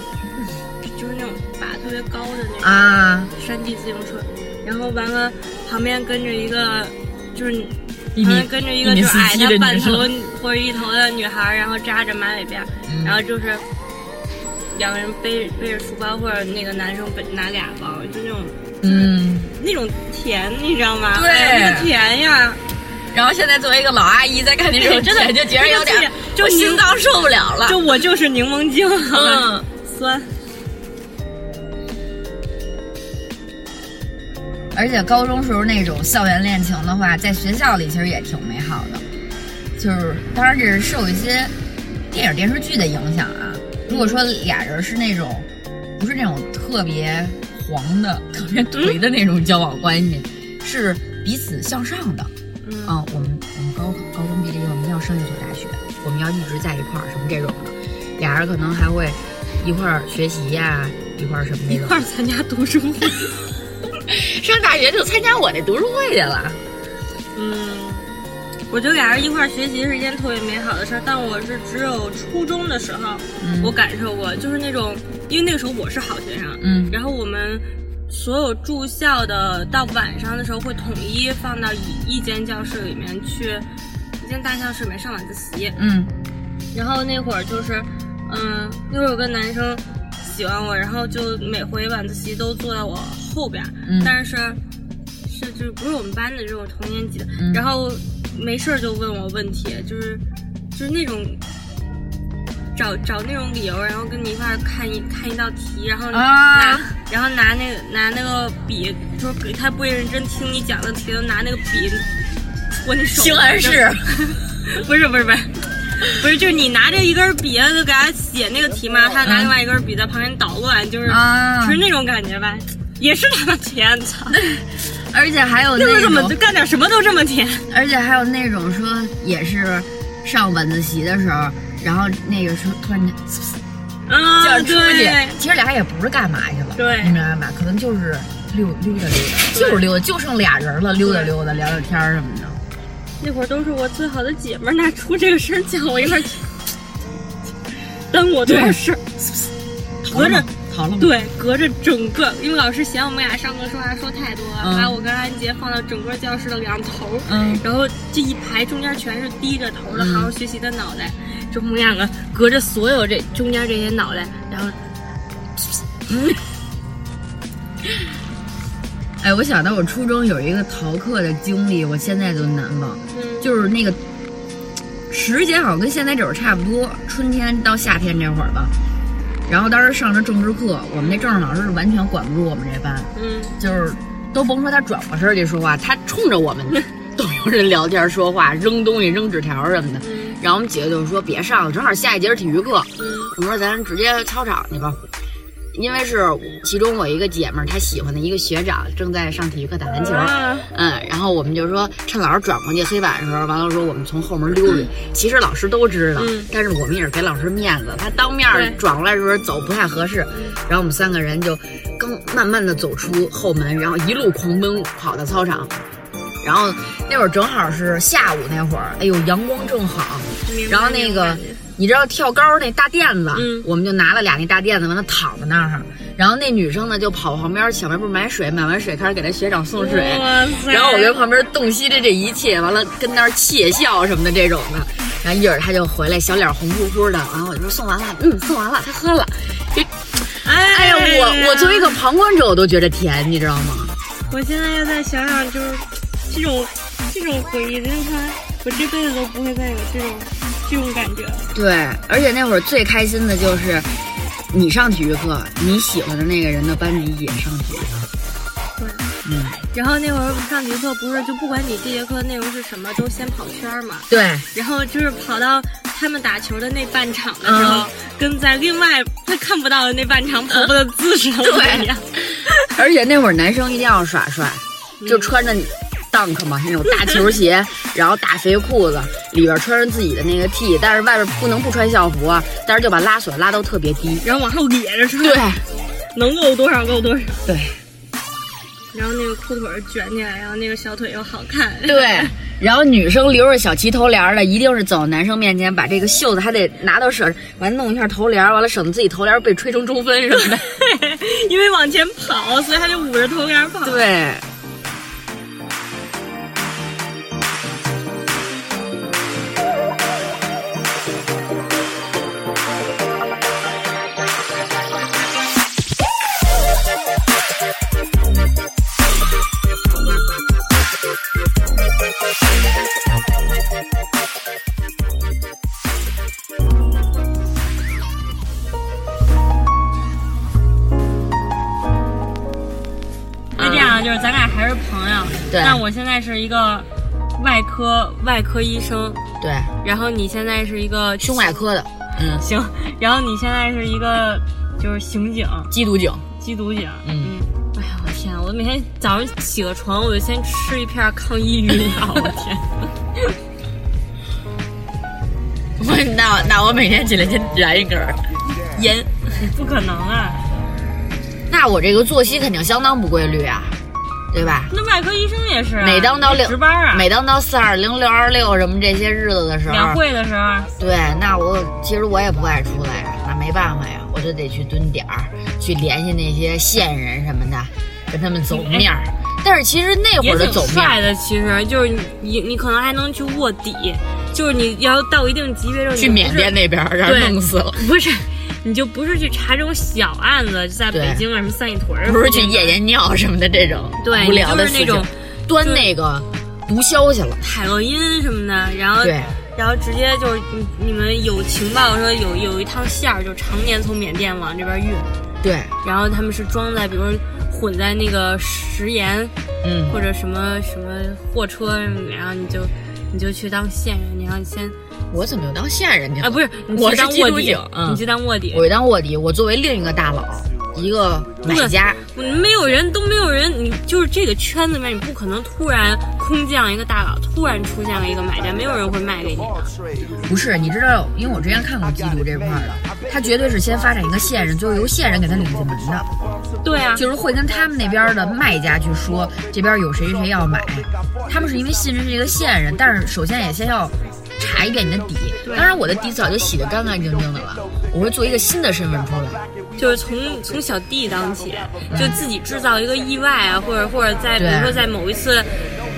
[SPEAKER 3] 就是那种把特别高的那种
[SPEAKER 2] 啊，
[SPEAKER 3] 山地自行车，然后完了旁边跟着一个就是
[SPEAKER 2] 一米
[SPEAKER 3] 旁边跟着一个
[SPEAKER 2] 一米
[SPEAKER 3] 就是
[SPEAKER 2] 四
[SPEAKER 3] 矮
[SPEAKER 2] 七的
[SPEAKER 3] 他
[SPEAKER 2] 女
[SPEAKER 3] 半头
[SPEAKER 2] 生
[SPEAKER 3] 或者一头的女孩，然后扎着马尾辫，
[SPEAKER 2] 嗯
[SPEAKER 3] 然后就是两个人背背着书包或者那个男生背拿俩包，就那种
[SPEAKER 2] 嗯。
[SPEAKER 3] 那种甜，你知道吗？
[SPEAKER 2] 对
[SPEAKER 3] 哎呀那个甜呀，
[SPEAKER 2] 然后现在作为一个老阿姨在看这种，真的就觉得有
[SPEAKER 3] 这个
[SPEAKER 2] 点，
[SPEAKER 3] 就
[SPEAKER 2] 我
[SPEAKER 3] 你
[SPEAKER 2] 心脏受不了了。
[SPEAKER 3] 就我就是柠檬精，
[SPEAKER 2] 啊嗯，
[SPEAKER 3] 酸。
[SPEAKER 2] 而且高中时候那种校园恋情的话，在学校里其实也挺美好的，就是当然这是受一些电影电视剧的影响啊。如果说俩人是那种不是那种特别黄的、特别颓的那种交往关系，是彼此向上的。
[SPEAKER 3] 嗯
[SPEAKER 2] 啊，我们我们高高中毕业，我们要上一所大学，我们要一直在一块儿，什么这种的，俩人可能还会一块儿学习呀、一块儿什么那
[SPEAKER 3] 一
[SPEAKER 2] 种
[SPEAKER 3] 块。儿参加 读书会，
[SPEAKER 2] 上大学就参加我那读书会去了。
[SPEAKER 3] 嗯，我觉得俩人一块儿学习是一件特别美好的事儿，但我是只有初中的时候，
[SPEAKER 2] 嗯
[SPEAKER 3] 我感受过，就是那种，因为那个时候我是好学生，
[SPEAKER 2] 嗯
[SPEAKER 3] 然后我们所有住校的到晚上的时候会统一放到一一间教室里面去，一间大教室里面上晚自习，
[SPEAKER 2] 嗯
[SPEAKER 3] 然后那会儿就是，嗯，那会儿有个男生喜欢我，然后就每回晚自习都坐在我后边儿，
[SPEAKER 2] 嗯
[SPEAKER 3] 但是是就是不是我们班的，就是我同年级的，
[SPEAKER 2] 嗯
[SPEAKER 3] 然后没事儿就问我问题，就是就是那种。找找那种理由，然后跟你一块儿看一看一道题，然后拿、
[SPEAKER 2] 啊
[SPEAKER 3] 然后拿那个拿那个笔，就是给他不会认真听你讲的题，就拿那个笔戳你手。
[SPEAKER 2] 行而是，
[SPEAKER 3] 不是不是不是，不是就是你拿着一根笔就给他写那个题嘛，他拿另外一根笔在旁边捣乱，就是、
[SPEAKER 2] 嗯 啊
[SPEAKER 3] 就是那种感觉吧，也是他妈甜，操！
[SPEAKER 2] 而且还有
[SPEAKER 3] 那会儿
[SPEAKER 2] 那
[SPEAKER 3] 怎么 就
[SPEAKER 2] 种，
[SPEAKER 3] 干点什么都这么甜？
[SPEAKER 2] 而且还有那种说也是上晚自习的时候，然后那个时候突然间
[SPEAKER 3] 啊，
[SPEAKER 2] 叫出去
[SPEAKER 3] 对，，
[SPEAKER 2] 其实俩也不是干嘛去了，
[SPEAKER 3] 对
[SPEAKER 2] 你明白吗？可能就是溜溜达溜达，就是溜达，就剩俩人了，溜达
[SPEAKER 3] 对
[SPEAKER 2] 溜达，聊聊天儿什么的。
[SPEAKER 3] 那会儿都是我最好的姐们儿，那出这个声儿叫我一块儿去，耽误我多少事儿？
[SPEAKER 2] 逃了吗？逃了吗？
[SPEAKER 3] 对，隔着整个，因为老师嫌我们俩上课说话说太多了，
[SPEAKER 2] 嗯
[SPEAKER 3] 把我跟安杰放到整个教室的两头，
[SPEAKER 2] 嗯，
[SPEAKER 3] 然后这一排中间全是低着头的好好学习的脑袋，就我们两个隔着所有这中间这些脑袋，然后
[SPEAKER 2] 哎，我想到我初中有一个逃课的经历，我现在都难忘。
[SPEAKER 3] 嗯
[SPEAKER 2] 就是那个时节好像跟现在这会儿差不多，春天到夏天这会儿吧。然后当时上着政治课，我们那政治老师是完全管不住我们这班，
[SPEAKER 3] 嗯
[SPEAKER 2] 就是都甭说他转过身儿去说话，他冲着我们 都有人聊天说话，扔东西、扔纸条什么的。
[SPEAKER 3] 嗯
[SPEAKER 2] 然后我们几个就说别上了，正好下一节是体育课，
[SPEAKER 3] 嗯
[SPEAKER 2] 我们说咱直接操场去吧。因为是其中我一个姐们儿，她喜欢的一个学长正在上体育课打篮球，嗯，然后我们就说趁老师转过去黑板的时候，完了说我们从后门溜
[SPEAKER 3] 嗯
[SPEAKER 2] 出去。其实老师都知道，但是我们也是给老师面子，他当面
[SPEAKER 3] 对
[SPEAKER 2] 转过来的时候走不太合适，然后我们三个人就刚慢慢的走出后门，然后一路狂奔跑到操场。然后那会儿正好是下午那会儿，哎呦阳光正好，
[SPEAKER 3] 明白
[SPEAKER 2] 然后那个
[SPEAKER 3] 明白
[SPEAKER 2] 你知道跳高那大垫子，
[SPEAKER 3] 嗯
[SPEAKER 2] 我们就拿了俩那大垫子，完了躺在那儿。然后那女生呢就跑旁边小卖部买水，买完水开始给她学长送水。
[SPEAKER 3] 哇塞！
[SPEAKER 2] 然后我就在旁边洞悉着这一切，完了跟那儿窃笑什么的这种的。然后一会儿她就回来，小脸红扑扑的。然后我就说送完了，嗯，送完了，她喝了。这，
[SPEAKER 3] 哎，
[SPEAKER 2] 哎呀，我我作为一个旁观者，我都觉得甜，你知道吗？
[SPEAKER 3] 我现在要再想想，就是这种这种回忆，真的看来我这辈子都不会再有这种这种感觉了。
[SPEAKER 2] 对，而且那会儿最开心的就是，你上体育课，你喜欢的那个人的班级也上体育课。
[SPEAKER 3] 然后那会儿上体育课不是就不管你这节课内容是什么，都先跑圈儿嘛。
[SPEAKER 2] 对，
[SPEAKER 3] 然后就是跑到他们打球的那半场的时
[SPEAKER 2] 嗯
[SPEAKER 3] 候，跟在另外他看不到的那半场跑步的姿势都不一样。
[SPEAKER 2] 而且那会儿男生一定要耍帅，就穿着 dunk 嘛那种大球鞋，然后大肥裤子，里边穿着自己的那个 T，但是外边不能不穿校服啊，但是就把拉锁拉到特别低。
[SPEAKER 3] 然后往后咧着穿，
[SPEAKER 2] 对
[SPEAKER 3] 能够多少够多少。
[SPEAKER 2] 对
[SPEAKER 3] 然后那个裤腿儿卷起来，然后那个小腿又好看。
[SPEAKER 2] 对，然后女生留着小齐头帘儿的，一定是走到男生面前，把这个袖子还得拿到手，完弄一下头帘儿，完了省得自己头帘儿被吹成中分什 么的。
[SPEAKER 3] 因为往前跑，所以他就捂着头帘儿跑。
[SPEAKER 2] 对。
[SPEAKER 3] 是这样，就是咱俩还是朋友。
[SPEAKER 2] 对
[SPEAKER 3] 但我现在是一个外科外科医生，
[SPEAKER 2] 对，
[SPEAKER 3] 然后你现在是一个
[SPEAKER 2] 胸外科的，嗯，
[SPEAKER 3] 行，然后你现在是一个就是刑警，
[SPEAKER 2] 缉毒警，
[SPEAKER 3] 缉毒警。
[SPEAKER 2] 嗯
[SPEAKER 3] 哎呀，我天！我每天早上起个床，我就先吃一片抗抑郁药。我 天，
[SPEAKER 2] 我 那那我每天起来先燃一根儿，
[SPEAKER 3] 盐，不可能啊！
[SPEAKER 2] 那我这个作息肯定相当不规律啊，对吧？
[SPEAKER 3] 那外科医生也是啊，
[SPEAKER 2] 每当到六
[SPEAKER 3] 值班啊，
[SPEAKER 2] 每啊当到四二零六二六什么这些日子的时
[SPEAKER 3] 两
[SPEAKER 2] 候，
[SPEAKER 3] 会的时候，啊
[SPEAKER 2] 对，那我其实我也不爱出来呀，那没办法呀，我就得去蹲点儿，去联系那些线人什么的，跟他们走面儿。但是其实那会
[SPEAKER 3] 哎也
[SPEAKER 2] 儿的
[SPEAKER 3] 挺
[SPEAKER 2] 走面
[SPEAKER 3] 帅
[SPEAKER 2] 儿，
[SPEAKER 3] 的。其实就是你你你可能还能去卧底，就是你要到一定级别之后，
[SPEAKER 2] 去
[SPEAKER 3] 你不
[SPEAKER 2] 缅
[SPEAKER 3] 是
[SPEAKER 2] 甸那边儿让
[SPEAKER 3] 对
[SPEAKER 2] 人弄死了，
[SPEAKER 3] 不是，你就不是去查这种小案子，就在
[SPEAKER 2] 对
[SPEAKER 3] 北京啊什么三里屯儿，
[SPEAKER 2] 不是去夜间尿什么的这种
[SPEAKER 3] 对
[SPEAKER 2] 无聊的
[SPEAKER 3] 你
[SPEAKER 2] 事
[SPEAKER 3] 就是那
[SPEAKER 2] 情
[SPEAKER 3] 种，
[SPEAKER 2] 端
[SPEAKER 3] 对
[SPEAKER 2] 那个毒枭去了。
[SPEAKER 3] 海洛因什么的，然后
[SPEAKER 2] 对
[SPEAKER 3] 然后直接就是你你们有情报说有有一趟线儿，就常年从缅甸往这边运，
[SPEAKER 2] 对，
[SPEAKER 3] 然后他们是装在，比如说混在那个食盐
[SPEAKER 2] 嗯，
[SPEAKER 3] 或者什么什么货车里面，然后你就你就去当线人，你要 先
[SPEAKER 2] 我怎么又当线人去了？
[SPEAKER 3] 啊不是，你
[SPEAKER 2] 我
[SPEAKER 3] 去
[SPEAKER 2] 是
[SPEAKER 3] 当
[SPEAKER 2] 缉
[SPEAKER 3] 卧
[SPEAKER 2] 毒
[SPEAKER 3] 底
[SPEAKER 2] 警，嗯
[SPEAKER 3] 你去当卧底，
[SPEAKER 2] 我当卧底，我作为另一个大佬，一个买家，
[SPEAKER 3] 没有人都没有人，你就是这个圈子里面，你不可能突然空降一个大佬，突然出现了一个买家，没有人会卖给你的。
[SPEAKER 2] 不是，你知道，因为我之前看过缉毒这块儿的，他绝对是先发展一个线人，最后由线人给他领进门的，
[SPEAKER 3] 对啊，
[SPEAKER 2] 就是会跟他们那边的卖家去说这边有谁谁要买，他们是因为信任这个线人，但是首先也先要查一遍你的底，当然我的底早就洗得干干净净的了，我会做一个新的身份出来，
[SPEAKER 3] 就是从从小弟当起，就自己制造一个意外啊，或者或者在比
[SPEAKER 2] 对啊
[SPEAKER 3] 如说在某一次，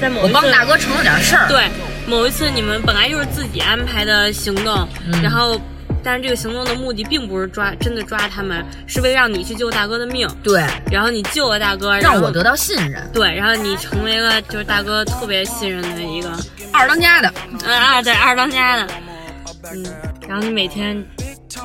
[SPEAKER 3] 在某
[SPEAKER 2] 我
[SPEAKER 3] 一次
[SPEAKER 2] 帮大哥成了点事儿，
[SPEAKER 3] 对某一次你们本来就是自己安排的行动，
[SPEAKER 2] 嗯
[SPEAKER 3] 然后但是这个行动的目的并不是抓真的抓他们，是为了让你去救大哥的命，
[SPEAKER 2] 对，
[SPEAKER 3] 然后你救了大哥，然
[SPEAKER 2] 让
[SPEAKER 3] 后
[SPEAKER 2] 我得到信任，
[SPEAKER 3] 对，然后你成为了就是大哥特别信任的一个。
[SPEAKER 2] 二当家的，
[SPEAKER 3] 嗯啊，对，二当家的，嗯，然后你每天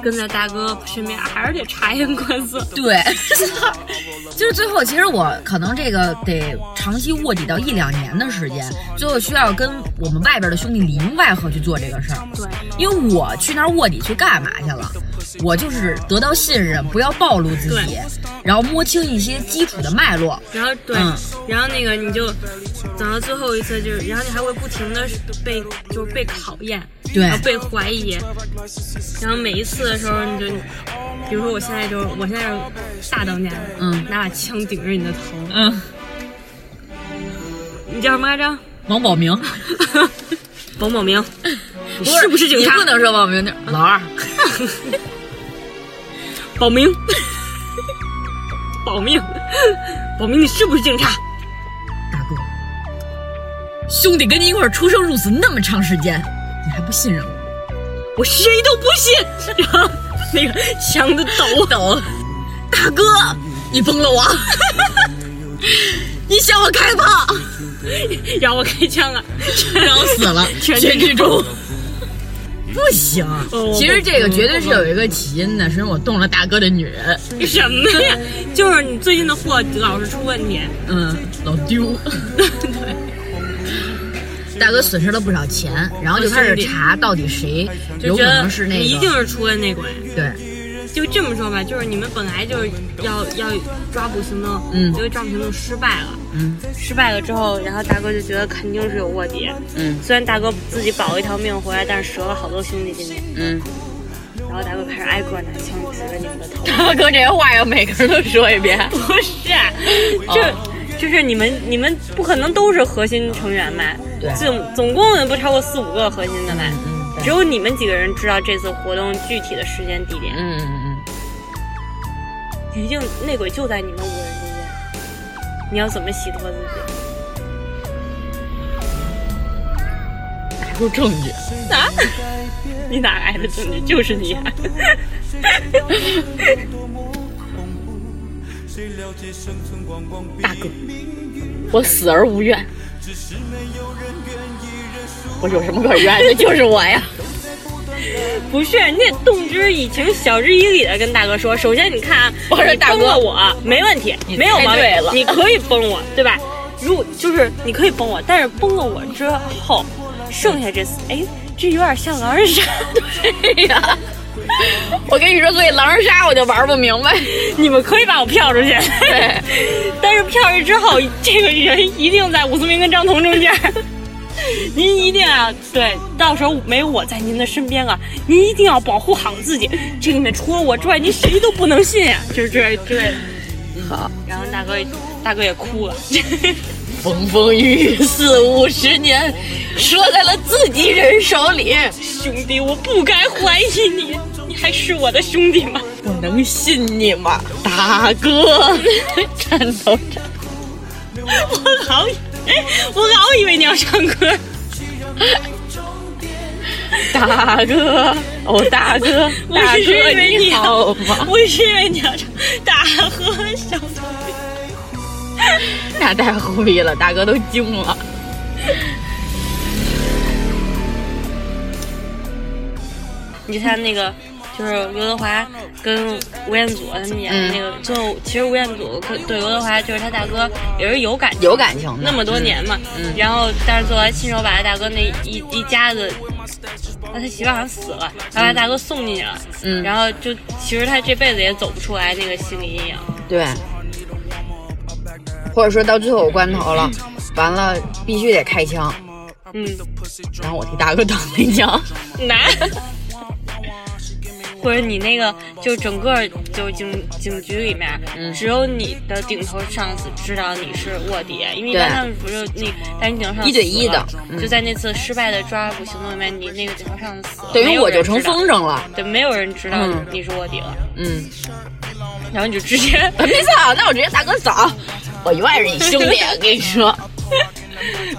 [SPEAKER 3] 跟在大哥身边，还是得察言观色。
[SPEAKER 2] 对， 就是最后，其实我可能这个得长期卧底到一两年的时间，最后需要跟我们外边的兄弟里应外合去做这个事儿。
[SPEAKER 3] 对，
[SPEAKER 2] 因为我去那儿卧底去干嘛去了？我就是得到信任，不要暴露自己
[SPEAKER 3] 对，
[SPEAKER 2] 然后摸清一些基础的脉络。
[SPEAKER 3] 然后对，
[SPEAKER 2] 嗯
[SPEAKER 3] 然后那个你就等到最后一次，就是然后你还会不停的被就是被考验，
[SPEAKER 2] 对
[SPEAKER 3] 然后被怀疑，然后每一次的时候你就，比如说我现在就是我现在是大当家，
[SPEAKER 2] 嗯，
[SPEAKER 3] 拿把枪顶着你的头，
[SPEAKER 2] 嗯，
[SPEAKER 3] 你叫什么来 着？
[SPEAKER 2] 王宝明，
[SPEAKER 3] 王宝明，你是不是警察
[SPEAKER 2] 你不？能说王宝明，嗯老二，
[SPEAKER 3] 保明，保命，保明，你是不是警察？
[SPEAKER 2] 大哥，兄弟跟你一块儿出生入死那么长时间，你还不信任我？
[SPEAKER 3] 我谁都不信。然后那个枪就抖抖，
[SPEAKER 2] 大哥，你崩了我， 你向我开炮，
[SPEAKER 3] 然后我开枪啊了，
[SPEAKER 2] 然后死了，
[SPEAKER 3] 全
[SPEAKER 2] 全
[SPEAKER 3] 剧
[SPEAKER 2] 剧
[SPEAKER 3] 终
[SPEAKER 2] 终。哦不行
[SPEAKER 3] 我不，
[SPEAKER 2] 其实这个绝对是有一个起因的，是因为我动了大哥的女人，
[SPEAKER 3] 什么呀？就是你最近的货老是出问题，
[SPEAKER 2] 嗯，老丢。 大哥损失了不少钱，然后就开始查到底谁有
[SPEAKER 3] 就觉
[SPEAKER 2] 可
[SPEAKER 3] 得
[SPEAKER 2] 能是那个，
[SPEAKER 3] 你一定是出问内鬼。
[SPEAKER 2] 对，
[SPEAKER 3] 就这么说吧，就是你们本来就是要要抓捕行动，
[SPEAKER 2] 嗯
[SPEAKER 3] 结果抓捕行动失败了，
[SPEAKER 2] 嗯
[SPEAKER 3] 失败了之后，然后大哥就觉得肯定是有卧底。
[SPEAKER 2] 嗯
[SPEAKER 3] 虽然大哥自己保了一条命回来，但是折了好多兄弟进去，
[SPEAKER 2] 嗯。
[SPEAKER 3] 然后大哥开始挨个拿枪指着你们的头。
[SPEAKER 2] 大哥这话要每个人都说一遍，
[SPEAKER 3] 不是，这、
[SPEAKER 2] 啊
[SPEAKER 3] 就是你们你们不可能都是核心成员吧？
[SPEAKER 2] 对
[SPEAKER 3] 总总共也不超过四五个核心的吧？
[SPEAKER 2] 嗯对
[SPEAKER 3] 只有你们几个人知道这次活动具体的时间地点，
[SPEAKER 2] 嗯嗯
[SPEAKER 3] 一定内鬼就在你们五个人中间。你要怎么洗脱自己？
[SPEAKER 2] 嗯，拿出证据，
[SPEAKER 3] 你哪来的证据？就是你、啊。
[SPEAKER 2] 大哥，我死而无怨。我有什么可怨的？就是我呀。
[SPEAKER 3] 不是，你得动之以情，晓之以理的跟大哥说。首先，你看啊，
[SPEAKER 2] 我说
[SPEAKER 3] 你
[SPEAKER 2] 大哥
[SPEAKER 3] 崩了我没问题，
[SPEAKER 2] 你
[SPEAKER 3] 没有毛病
[SPEAKER 2] 猜对了，
[SPEAKER 3] 你可以崩我，对吧？如果就是你可以崩我，但是崩了我之后，剩下这四，哎，这有点像狼人杀，
[SPEAKER 2] 对呀，我跟你说，所以狼人杀我就玩不明白。
[SPEAKER 3] 你们可以把我票出去，
[SPEAKER 2] 对，
[SPEAKER 3] 但是票出去之后，这个人一定在武思明跟张彤中间。 您一定要对，到时候没有我在您的身边了，您一定要保护好自己。这里面除了我之外，您谁都不能信呀、就是这之类的。
[SPEAKER 2] 好，
[SPEAKER 3] 然后大哥，大哥也哭了。
[SPEAKER 2] 风风雨雨四五十年，说在了自己人手里。
[SPEAKER 3] 兄弟，我不该怀疑你，你还是我的兄弟吗？
[SPEAKER 2] 我能信你吗，大哥？战斗战，
[SPEAKER 3] 我老以，哎，我老以为你要唱歌。
[SPEAKER 2] 大哥，哦，大 哥，
[SPEAKER 3] 我
[SPEAKER 2] 大
[SPEAKER 3] 是因
[SPEAKER 2] 哥
[SPEAKER 3] 为
[SPEAKER 2] 你
[SPEAKER 3] 你
[SPEAKER 2] 好吗？
[SPEAKER 3] 我是以为你要唱大河小童。
[SPEAKER 2] 那太胡逼了，大哥都惊了。
[SPEAKER 3] 你看那个，就是刘德华跟吴彦祖他们演的那个，
[SPEAKER 2] 嗯
[SPEAKER 3] 最后其实吴彦祖跟对刘德华就是他大哥也是有感情的
[SPEAKER 2] 有感情的
[SPEAKER 3] 那么多年嘛。
[SPEAKER 2] 嗯嗯
[SPEAKER 3] 然后但是做完亲手把他大哥那一一家子，那他媳妇儿好像死了，然后他大哥送进去了，
[SPEAKER 2] 嗯
[SPEAKER 3] 然后就其实他这辈子也走不出来那个心理阴影。
[SPEAKER 2] 对，或者说到最后关头了，完了必须得开枪，
[SPEAKER 3] 嗯，
[SPEAKER 2] 然后我替大哥挡了一枪。
[SPEAKER 3] 难。 或者你那个，就整个就是警警局里面，
[SPEAKER 2] 嗯
[SPEAKER 3] 只有你的顶头上司知道你是卧底，因为一
[SPEAKER 2] 对
[SPEAKER 3] 般他们不是那，但是你顶头上司
[SPEAKER 2] 一对一的
[SPEAKER 3] 死了
[SPEAKER 2] 嗯
[SPEAKER 3] 就在那次失败的抓捕行动里面，你那个顶头上司死了，
[SPEAKER 2] 等
[SPEAKER 3] 没
[SPEAKER 2] 于
[SPEAKER 3] 有
[SPEAKER 2] 我就
[SPEAKER 3] 人知
[SPEAKER 2] 成
[SPEAKER 3] 道
[SPEAKER 2] 风，筝了。
[SPEAKER 3] 对，没有人知道
[SPEAKER 2] 嗯
[SPEAKER 3] 你是卧底了，
[SPEAKER 2] 嗯，
[SPEAKER 3] 然后你就 直接
[SPEAKER 2] 没错，那我直接大哥扫，我永远是你兄弟。 我跟你说，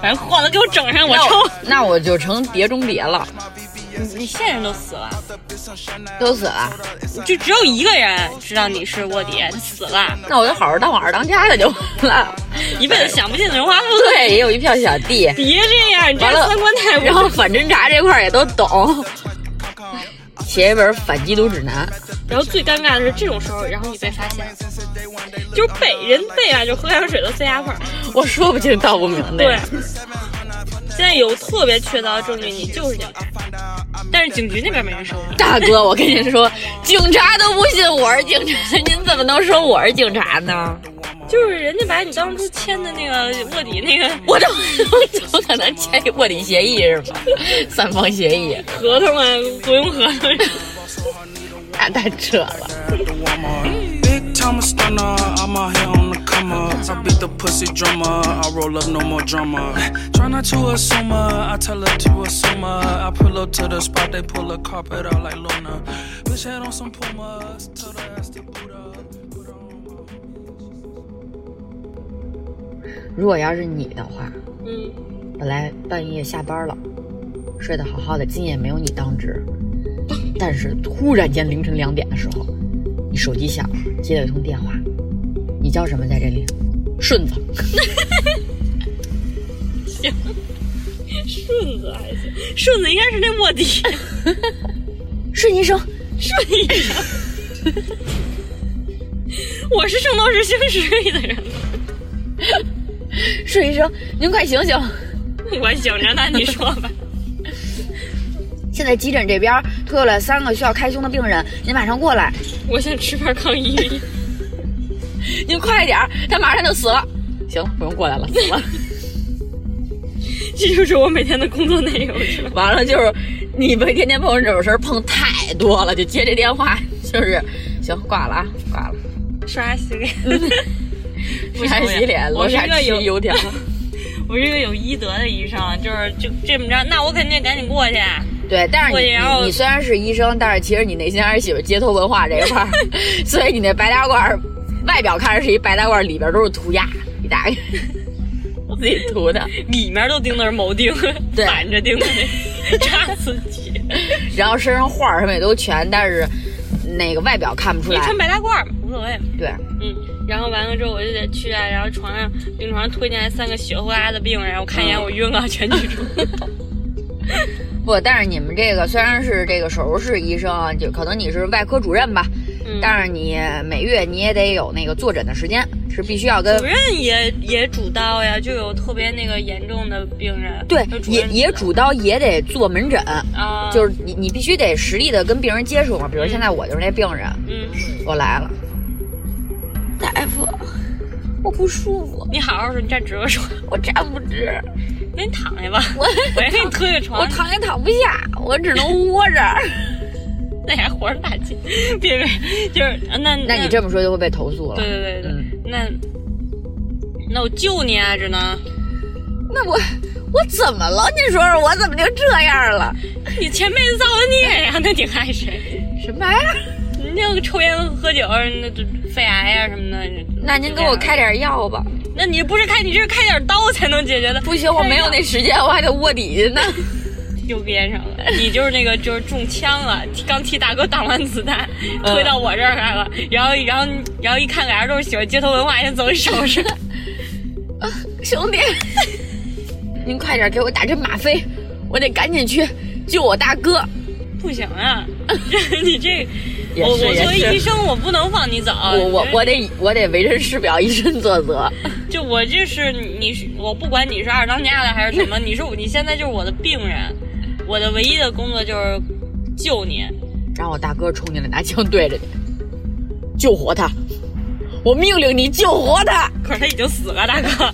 [SPEAKER 3] 反正晃的给我整上，我
[SPEAKER 2] 那
[SPEAKER 3] 抽
[SPEAKER 2] 我，那我就成碟中谍了，
[SPEAKER 3] 你你现任都死了，
[SPEAKER 2] 都死了。
[SPEAKER 3] 就只有一个人知道你是卧底，他死了，
[SPEAKER 2] 那我就好好当我二当家的就完了。
[SPEAKER 3] 一辈子享不尽荣华富贵，
[SPEAKER 2] 对，也有一票小弟，
[SPEAKER 3] 别这样，你 这
[SPEAKER 2] 完了
[SPEAKER 3] 三观太不
[SPEAKER 2] 然后反侦查这块儿也都懂。写一本反缉毒指南，
[SPEAKER 3] 然后最尴尬的是这种时候，然后你被发现，就是被人被啊，就喝点水都塞牙缝儿。
[SPEAKER 2] 我说不清道不明的。
[SPEAKER 3] 对，现在有特别确凿的证据，你就是警察，但是警局那边没人收你。
[SPEAKER 2] 大哥，我跟您说，警察都不信我是警察， 您怎么能说我是警察呢？
[SPEAKER 3] 就是人家把你当初签的那个卧底那个
[SPEAKER 2] 我都 我怎么可能签一卧底协议是吗？三方协议
[SPEAKER 3] 合同啊，雇佣合同，
[SPEAKER 2] 那太扯了。
[SPEAKER 7] Big time stunner, I'm out here on the come up. I beat the pussy drummer, I roll up no more drama. Try not to assume her, I tell her to assume her. I pull up to the spot, they pull the carpet out like Luna. Bitch had on some Pumas, tell her ass to boot up. Put her on my
[SPEAKER 8] 如果要是你的话，
[SPEAKER 3] 嗯，
[SPEAKER 8] 本来半夜下班了，睡得好好的，今夜没有你当值，但是突然间凌晨两点的时候，你手机响了，接了一通电话，你叫什么在这里？顺子，
[SPEAKER 3] 顺子还行，顺子应该是那 卧底，
[SPEAKER 8] 顺医生，
[SPEAKER 3] 顺子一样。我是《圣斗士星矢》里的人，
[SPEAKER 2] 顺医生，您快醒醒！
[SPEAKER 3] 我醒着呢，你说吧。
[SPEAKER 8] 现在急诊这边推过来三个需要开胸的病人，您马上过来。
[SPEAKER 3] 我想吃片抗抑郁药。
[SPEAKER 2] 您快点儿，他马上就死了。行了，不用过来了，死了。
[SPEAKER 3] 这就是我每天的工作内容，是吧？
[SPEAKER 2] 完了就是你们天天碰这种事儿碰太多了，就接这电话就是行挂了啊，挂了，
[SPEAKER 3] 刷牙洗 脸，
[SPEAKER 2] 不想洗脸，
[SPEAKER 3] 我
[SPEAKER 2] 楼
[SPEAKER 3] 是
[SPEAKER 2] 下
[SPEAKER 3] 一个
[SPEAKER 2] 吃
[SPEAKER 3] 有
[SPEAKER 2] 油 条。
[SPEAKER 3] 我是一个有医德的医生，就是就这么着，那我肯定赶紧过去。啊
[SPEAKER 2] 对，但是
[SPEAKER 3] 我
[SPEAKER 2] 你
[SPEAKER 3] 然后
[SPEAKER 2] 你你虽然是医生，但是其实你内心还是喜欢街头文化这一 块儿，所以你那白大褂儿外表看着是一白大褂儿，里边儿都是涂鸦，一打 开我自己涂的，
[SPEAKER 3] 里面都钉的是铆钉，
[SPEAKER 2] 对
[SPEAKER 3] 反着钉的那扎自 己。
[SPEAKER 2] 然后身上画儿什么也都全，但是那个外表看不出
[SPEAKER 3] 你
[SPEAKER 2] 来
[SPEAKER 3] 穿。白大褂儿吧，无所谓。
[SPEAKER 2] 对，
[SPEAKER 3] 嗯，然后完了之后我就得去啊，然后床上病床上推荐来三个血呼啦的病人，我看一眼我晕了，全 剧终。
[SPEAKER 2] 不，但是你们这个虽然是这个手术室医生啊，就可能你是外科主任吧，
[SPEAKER 3] 嗯
[SPEAKER 2] 但是你每月你也得有那个坐诊的时间，是必须要跟
[SPEAKER 3] 主任也也主刀呀，就有特别那个严重的病人，
[SPEAKER 2] 对
[SPEAKER 3] 就主
[SPEAKER 2] 也
[SPEAKER 3] 任
[SPEAKER 2] 也主刀也得做门诊，
[SPEAKER 3] 啊，
[SPEAKER 2] 就是你你必须得实地的跟病人接触嘛。比如现在我就是那病人，
[SPEAKER 3] 嗯，
[SPEAKER 2] 我来了，大夫，我不舒服，
[SPEAKER 3] 你好好说，你站直了说，
[SPEAKER 2] 我站不
[SPEAKER 3] 啊
[SPEAKER 2] 直，
[SPEAKER 3] 那你躺下吧，
[SPEAKER 2] 我
[SPEAKER 3] 我也给 你推个
[SPEAKER 2] 我
[SPEAKER 3] 床，
[SPEAKER 2] 躺也躺不下，我只能窝 着。
[SPEAKER 3] 那还活着大劲，别别，就是那
[SPEAKER 2] 那你这么说就会被投诉了。
[SPEAKER 3] 对对对对，
[SPEAKER 2] 嗯
[SPEAKER 3] 那那我救你啊，只能
[SPEAKER 2] 那我我怎么了？你说说我怎么就这样了？
[SPEAKER 3] 你前辈子造的孽呀，那你害谁？
[SPEAKER 2] 什么玩意儿？
[SPEAKER 3] 你那个抽烟喝酒，那就肺癌啊呀、什么的。
[SPEAKER 2] 那您给我
[SPEAKER 3] 就这样
[SPEAKER 2] 开，点药吧。
[SPEAKER 3] 那你不是开，你这是开点刀才能解决的。哎
[SPEAKER 2] 不行，我没有那时间，我还得卧底去呢。
[SPEAKER 3] 又边上了，你就是那个就是中枪了，刚替大哥挡完子弹，推到我这儿 来了，然后然后然后一看俩人都是喜欢街头文化，先走一手 势，
[SPEAKER 2] 兄弟，您快点给我打针吗啡，我得赶紧去救我大哥。
[SPEAKER 3] 不行啊， 你这
[SPEAKER 2] 也
[SPEAKER 3] 我我
[SPEAKER 2] 是
[SPEAKER 3] 作为
[SPEAKER 2] 也是
[SPEAKER 3] 医生，我不能放你走，
[SPEAKER 2] 我我我得我得为人师表，以身作则。
[SPEAKER 3] 就我这是你是我不管你是二当家的还是什么，你是我你现在就是我的病人，我的唯一的工作就是救你。
[SPEAKER 2] 然后我大哥冲进来，拿枪对着你，救活他！我命令你救活他！
[SPEAKER 3] 可是他已经死了，大哥，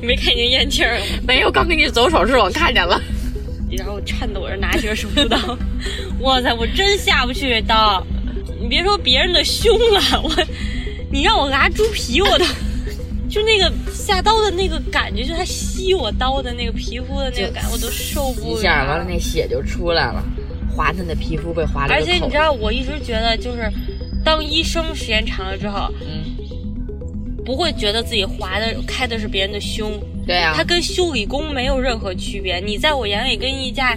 [SPEAKER 3] 你没看已经咽气儿了吗？
[SPEAKER 2] 没有，刚给你走手势，我看见了。
[SPEAKER 3] 然后颤抖着拿起了手术刀， 哇塞，我真下不去这刀，你别说别人的胸了，我你让我拉猪皮我都。就那个下刀的那个感觉，就它吸我刀的那个皮肤的那个感觉，我都受不
[SPEAKER 2] 一
[SPEAKER 3] 了。
[SPEAKER 2] 下完了，那血就出来了，划他的皮肤被划了
[SPEAKER 3] 而
[SPEAKER 2] 个口。
[SPEAKER 3] 且你知道，我一直觉得就是，当医生时间长了之后，
[SPEAKER 2] 嗯，
[SPEAKER 3] 不会觉得自己划的开的是别人的胸，
[SPEAKER 2] 对啊呀、
[SPEAKER 3] 它跟修理工没有任何区别。你在我眼里跟一架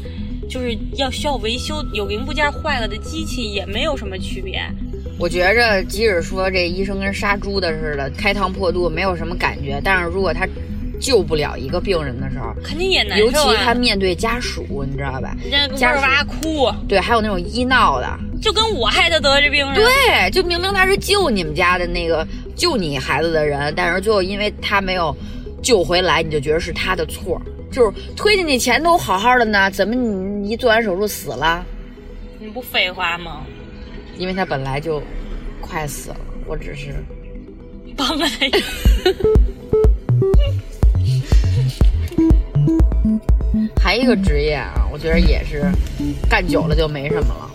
[SPEAKER 3] 就是要需要维修有零部件坏了的机器也没有什么区别。
[SPEAKER 2] 我觉着，即使说这医生跟杀猪的似的，开膛破肚没有什么感觉，但是如果他救不了一个病人的时候，
[SPEAKER 3] 肯定也难
[SPEAKER 2] 尤
[SPEAKER 3] 受
[SPEAKER 2] 其他
[SPEAKER 3] 啊！
[SPEAKER 2] 面对家属，你知道吧？
[SPEAKER 3] 你这
[SPEAKER 2] 家
[SPEAKER 3] 哇哇
[SPEAKER 2] 属
[SPEAKER 3] 哭，
[SPEAKER 2] 对，还有那种医闹的，
[SPEAKER 3] 就跟我害他得这病似的。
[SPEAKER 2] 对，就明明他是救你们家的那个救你孩子的人，但是最后因为他没有救回来，你就觉得是他的错，就是推进去前都好好的呢，怎么你一做完手术死了？
[SPEAKER 3] 你不废话吗？
[SPEAKER 2] 因为他本来就快死了，我只是
[SPEAKER 3] 帮了他一把。
[SPEAKER 2] 还一个职业啊，我觉得也是干久了就没什么了，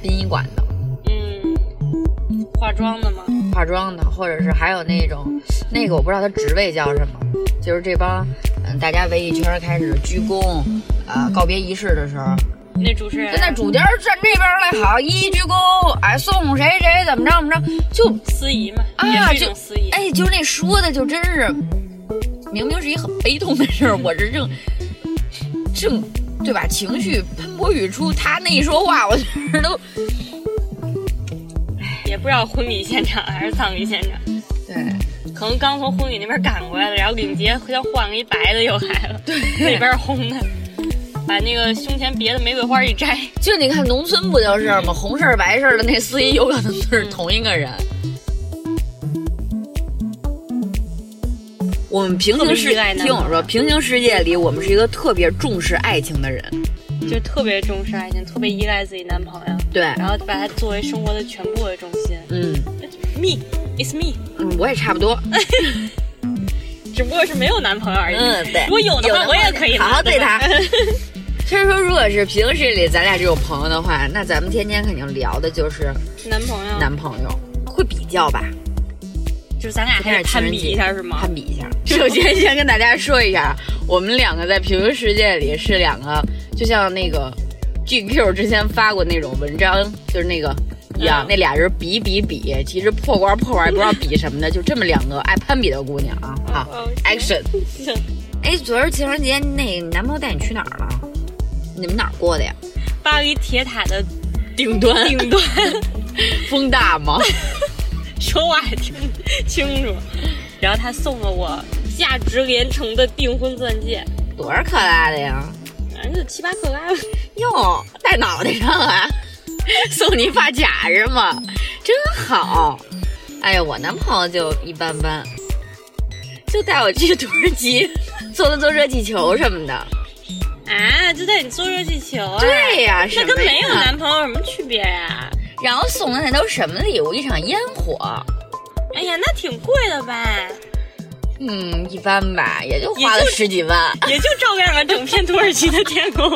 [SPEAKER 2] 殡仪馆的。
[SPEAKER 3] 嗯，化妆的吗？
[SPEAKER 2] 化妆的，或者是还有那种那个我不知道他职位叫什么，就是这帮嗯大家围一圈儿开始鞠躬，啊、告别仪式的时候，
[SPEAKER 3] 那主持人
[SPEAKER 2] 现在主家站这边儿来好，一鞠躬，哎送谁谁怎么着怎么着，就
[SPEAKER 3] 司仪嘛，
[SPEAKER 2] 啊
[SPEAKER 3] 也是一
[SPEAKER 2] 就
[SPEAKER 3] 种司仪。
[SPEAKER 2] 哎就那说的就真是，明明是一很悲痛的事儿，我这正正对吧情绪喷薄欲出，他那一说话，我这都
[SPEAKER 3] 也不知道婚礼现场还是葬礼现场，
[SPEAKER 2] 对。
[SPEAKER 3] 可能刚从婚礼那边赶过来的，然后领结要换了一白的又来了，对，那边红的，把那个胸前别的玫瑰花一摘，
[SPEAKER 2] 就你看农村不就是吗？红事儿白事儿的那司仪有可能都是
[SPEAKER 3] 嗯
[SPEAKER 2] 同一个人。我们平行世
[SPEAKER 3] 特别依赖男
[SPEAKER 2] 听我说，平行世界里，我们是一个特别重视爱情的人。
[SPEAKER 3] 就特别重视爱情，特别依赖自己男朋友，
[SPEAKER 2] 对，
[SPEAKER 3] 然后把他作为生活的全部的重心。
[SPEAKER 2] 嗯
[SPEAKER 3] Me, it's me，
[SPEAKER 2] 嗯，我也差不多。
[SPEAKER 3] 只不过是没有男朋友而已。
[SPEAKER 2] 嗯，对。
[SPEAKER 3] 如果有的话，我也可以
[SPEAKER 2] 好好对他
[SPEAKER 3] 吧。
[SPEAKER 2] 虽然说，如果是平时里咱俩这种朋友的话，那咱们天天肯定聊的就是
[SPEAKER 3] 男朋友，
[SPEAKER 2] 男朋友，会比较吧？
[SPEAKER 3] 就是咱俩
[SPEAKER 2] 今天
[SPEAKER 3] 还得
[SPEAKER 2] 是情
[SPEAKER 3] 攀
[SPEAKER 2] 人
[SPEAKER 3] 比
[SPEAKER 2] 节
[SPEAKER 3] 一下是吗
[SPEAKER 2] 攀？比一下。首先，先跟大家说一下，我们两个在平行世界里是两个，就像那个 GQ 之前发过那种文章，就是那个一样，
[SPEAKER 3] 嗯
[SPEAKER 2] 那俩人比比比，其实破罐破罐也不知道比什么的，就这么两个爱攀比的姑娘啊。好、
[SPEAKER 3] 哦
[SPEAKER 2] a c t i o n
[SPEAKER 3] 行
[SPEAKER 2] 哎，昨儿情人节，那男朋友带你去哪儿了？你们哪儿过的呀？
[SPEAKER 3] 巴黎铁塔的
[SPEAKER 2] 顶端，
[SPEAKER 3] 顶 端，
[SPEAKER 2] 风大吗？
[SPEAKER 3] 说话也听不清楚。然后他送了我价值连城的订婚钻戒，
[SPEAKER 2] 多少克拉的呀？
[SPEAKER 3] 反正就七八克拉吧。
[SPEAKER 2] 哟，戴脑袋上啊， 送你发卡是吗？真好。哎呀，我男朋友就一般般，就带我去土耳其 坐了坐热气球什么的。
[SPEAKER 3] 啊，就带你坐热气球啊？
[SPEAKER 2] 对呀、
[SPEAKER 3] 那
[SPEAKER 2] 是
[SPEAKER 3] 跟没有
[SPEAKER 2] 男。
[SPEAKER 3] 男朋友有什么区别呀、
[SPEAKER 2] 然后送的那都是什么礼物？一场烟火。
[SPEAKER 3] 哎呀，那挺贵的吧？
[SPEAKER 2] 嗯，一般吧，也就花了
[SPEAKER 3] 也就
[SPEAKER 2] 十几万。
[SPEAKER 3] 也就照亮了整片土耳其的天空。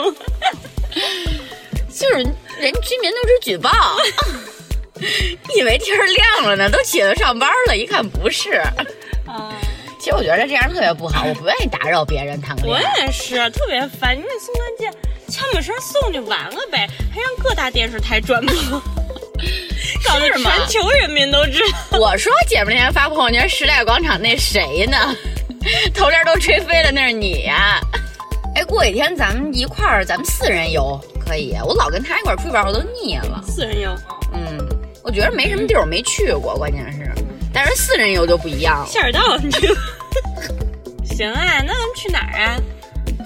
[SPEAKER 2] 就是人居民都是举报， 以为天儿亮了呢，都起来上班了，一看不是。
[SPEAKER 3] 啊，
[SPEAKER 2] 其实我觉得这样特别不好，我不愿意打扰别人谈个恋
[SPEAKER 3] 我
[SPEAKER 2] 爱。
[SPEAKER 3] 也是，特别烦。你给送钻戒，敲门声送就完了呗，还让各大电视台转播，搞得
[SPEAKER 2] 是吗
[SPEAKER 3] 全球人民都知道。
[SPEAKER 2] 我说姐们儿那天发朋友圈，时代广场那谁呢？ 头帘都吹飞了，那是你呀、哎，过几天咱们一块儿，咱们四人游可以。我老跟他一块儿出去玩，我都腻了。
[SPEAKER 3] 四人游，
[SPEAKER 2] 嗯，我觉得没什么地儿我没去过，关键是，但是四人游就不一样了。
[SPEAKER 3] 下水道，你 就行啊？那咱们去哪儿啊？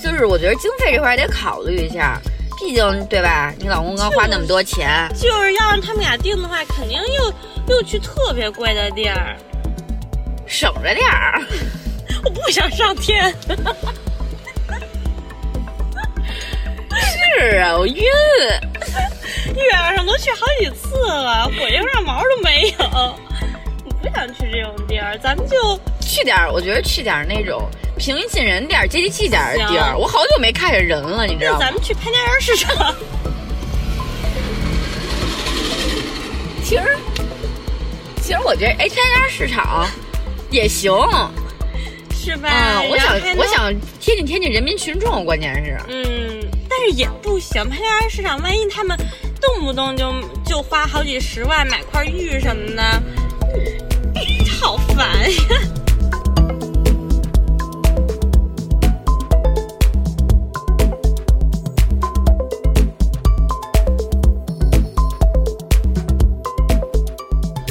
[SPEAKER 2] 就是我觉得经费这块儿得考虑一下，毕竟对吧？你老公刚花那么多钱，
[SPEAKER 3] 就是要让他们俩定的话，肯定又又去特别贵的地儿。
[SPEAKER 2] 省着点儿。
[SPEAKER 3] 我不想上天，
[SPEAKER 2] 是啊，我晕。
[SPEAKER 3] 月亮上都去好几次了，火星上毛都没有。我不想去这种地儿，咱们就
[SPEAKER 2] 去点儿，我觉得去点儿那种平易近人点儿、接地气点儿的地儿。
[SPEAKER 3] 行
[SPEAKER 2] 我好久没看见人了，你知道
[SPEAKER 3] 那
[SPEAKER 2] 吗
[SPEAKER 3] 咱？们去潘家园市场。
[SPEAKER 2] 其实，其实我觉得，哎，天家市场也行。
[SPEAKER 3] 是吧？
[SPEAKER 2] 嗯，我
[SPEAKER 3] 然
[SPEAKER 2] 想
[SPEAKER 3] 后还，能
[SPEAKER 2] 我，想贴近贴近人民群众，关键是，
[SPEAKER 3] 嗯，但是也不行。潘家园市场，万一他们动不动就就花好几十万买块玉什么的，嗯好烦呀！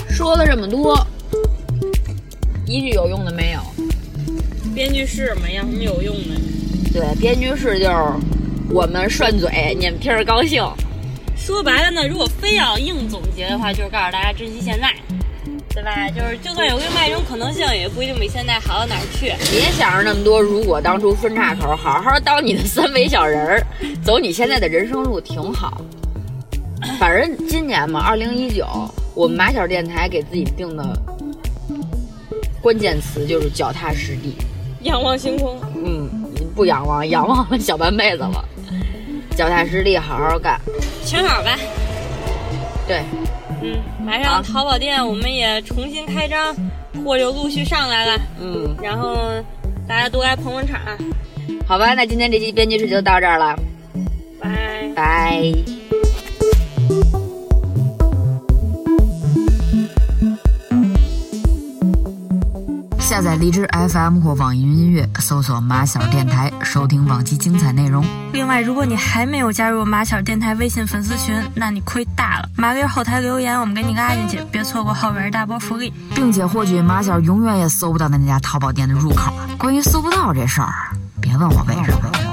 [SPEAKER 2] 说了这么多，一句有用的没有。
[SPEAKER 3] 编剧是什么呀？有什么有用的？
[SPEAKER 2] 对，编剧室就是我们涮嘴，你们听着高兴。
[SPEAKER 3] 说白了呢，如果非要硬总结的话，就是告诉大家珍惜现在，对吧？就是就算有另外一种可能性，也不一定比现在好到哪儿去。
[SPEAKER 2] 别想着那么多，如果当初分岔口，好好当你的三维小人儿，走你现在的人生路挺好。反正今年嘛，二零一九，我们马小电台给自己定的关键词就是脚踏实地。
[SPEAKER 9] 仰望星空，
[SPEAKER 2] 嗯，不仰望，仰望了小半辈子了，脚踏实地，好好干。
[SPEAKER 9] 全好吧。
[SPEAKER 2] 对，
[SPEAKER 9] 嗯，马
[SPEAKER 2] 好
[SPEAKER 9] 上淘宝店我们也重新开张，货就陆续上来了。
[SPEAKER 2] 嗯，
[SPEAKER 9] 然后大家多来捧捧场啊，
[SPEAKER 2] 好吧，那今天这期编辑室就到这儿了，
[SPEAKER 9] 拜。
[SPEAKER 2] 拜。
[SPEAKER 10] 下载荔枝 FM 或网易云音乐，搜索“马小电台”，收听往期精彩内容。
[SPEAKER 3] 另外，如果你还没有加入马小电台微信粉丝群，那你亏大了。麻溜后台留言，我们给你个拉进去，别错过后边大波福利。
[SPEAKER 10] 并且获取马小永远也搜不到的那家淘宝店的入口。关于搜不到这事儿，别问我为什么。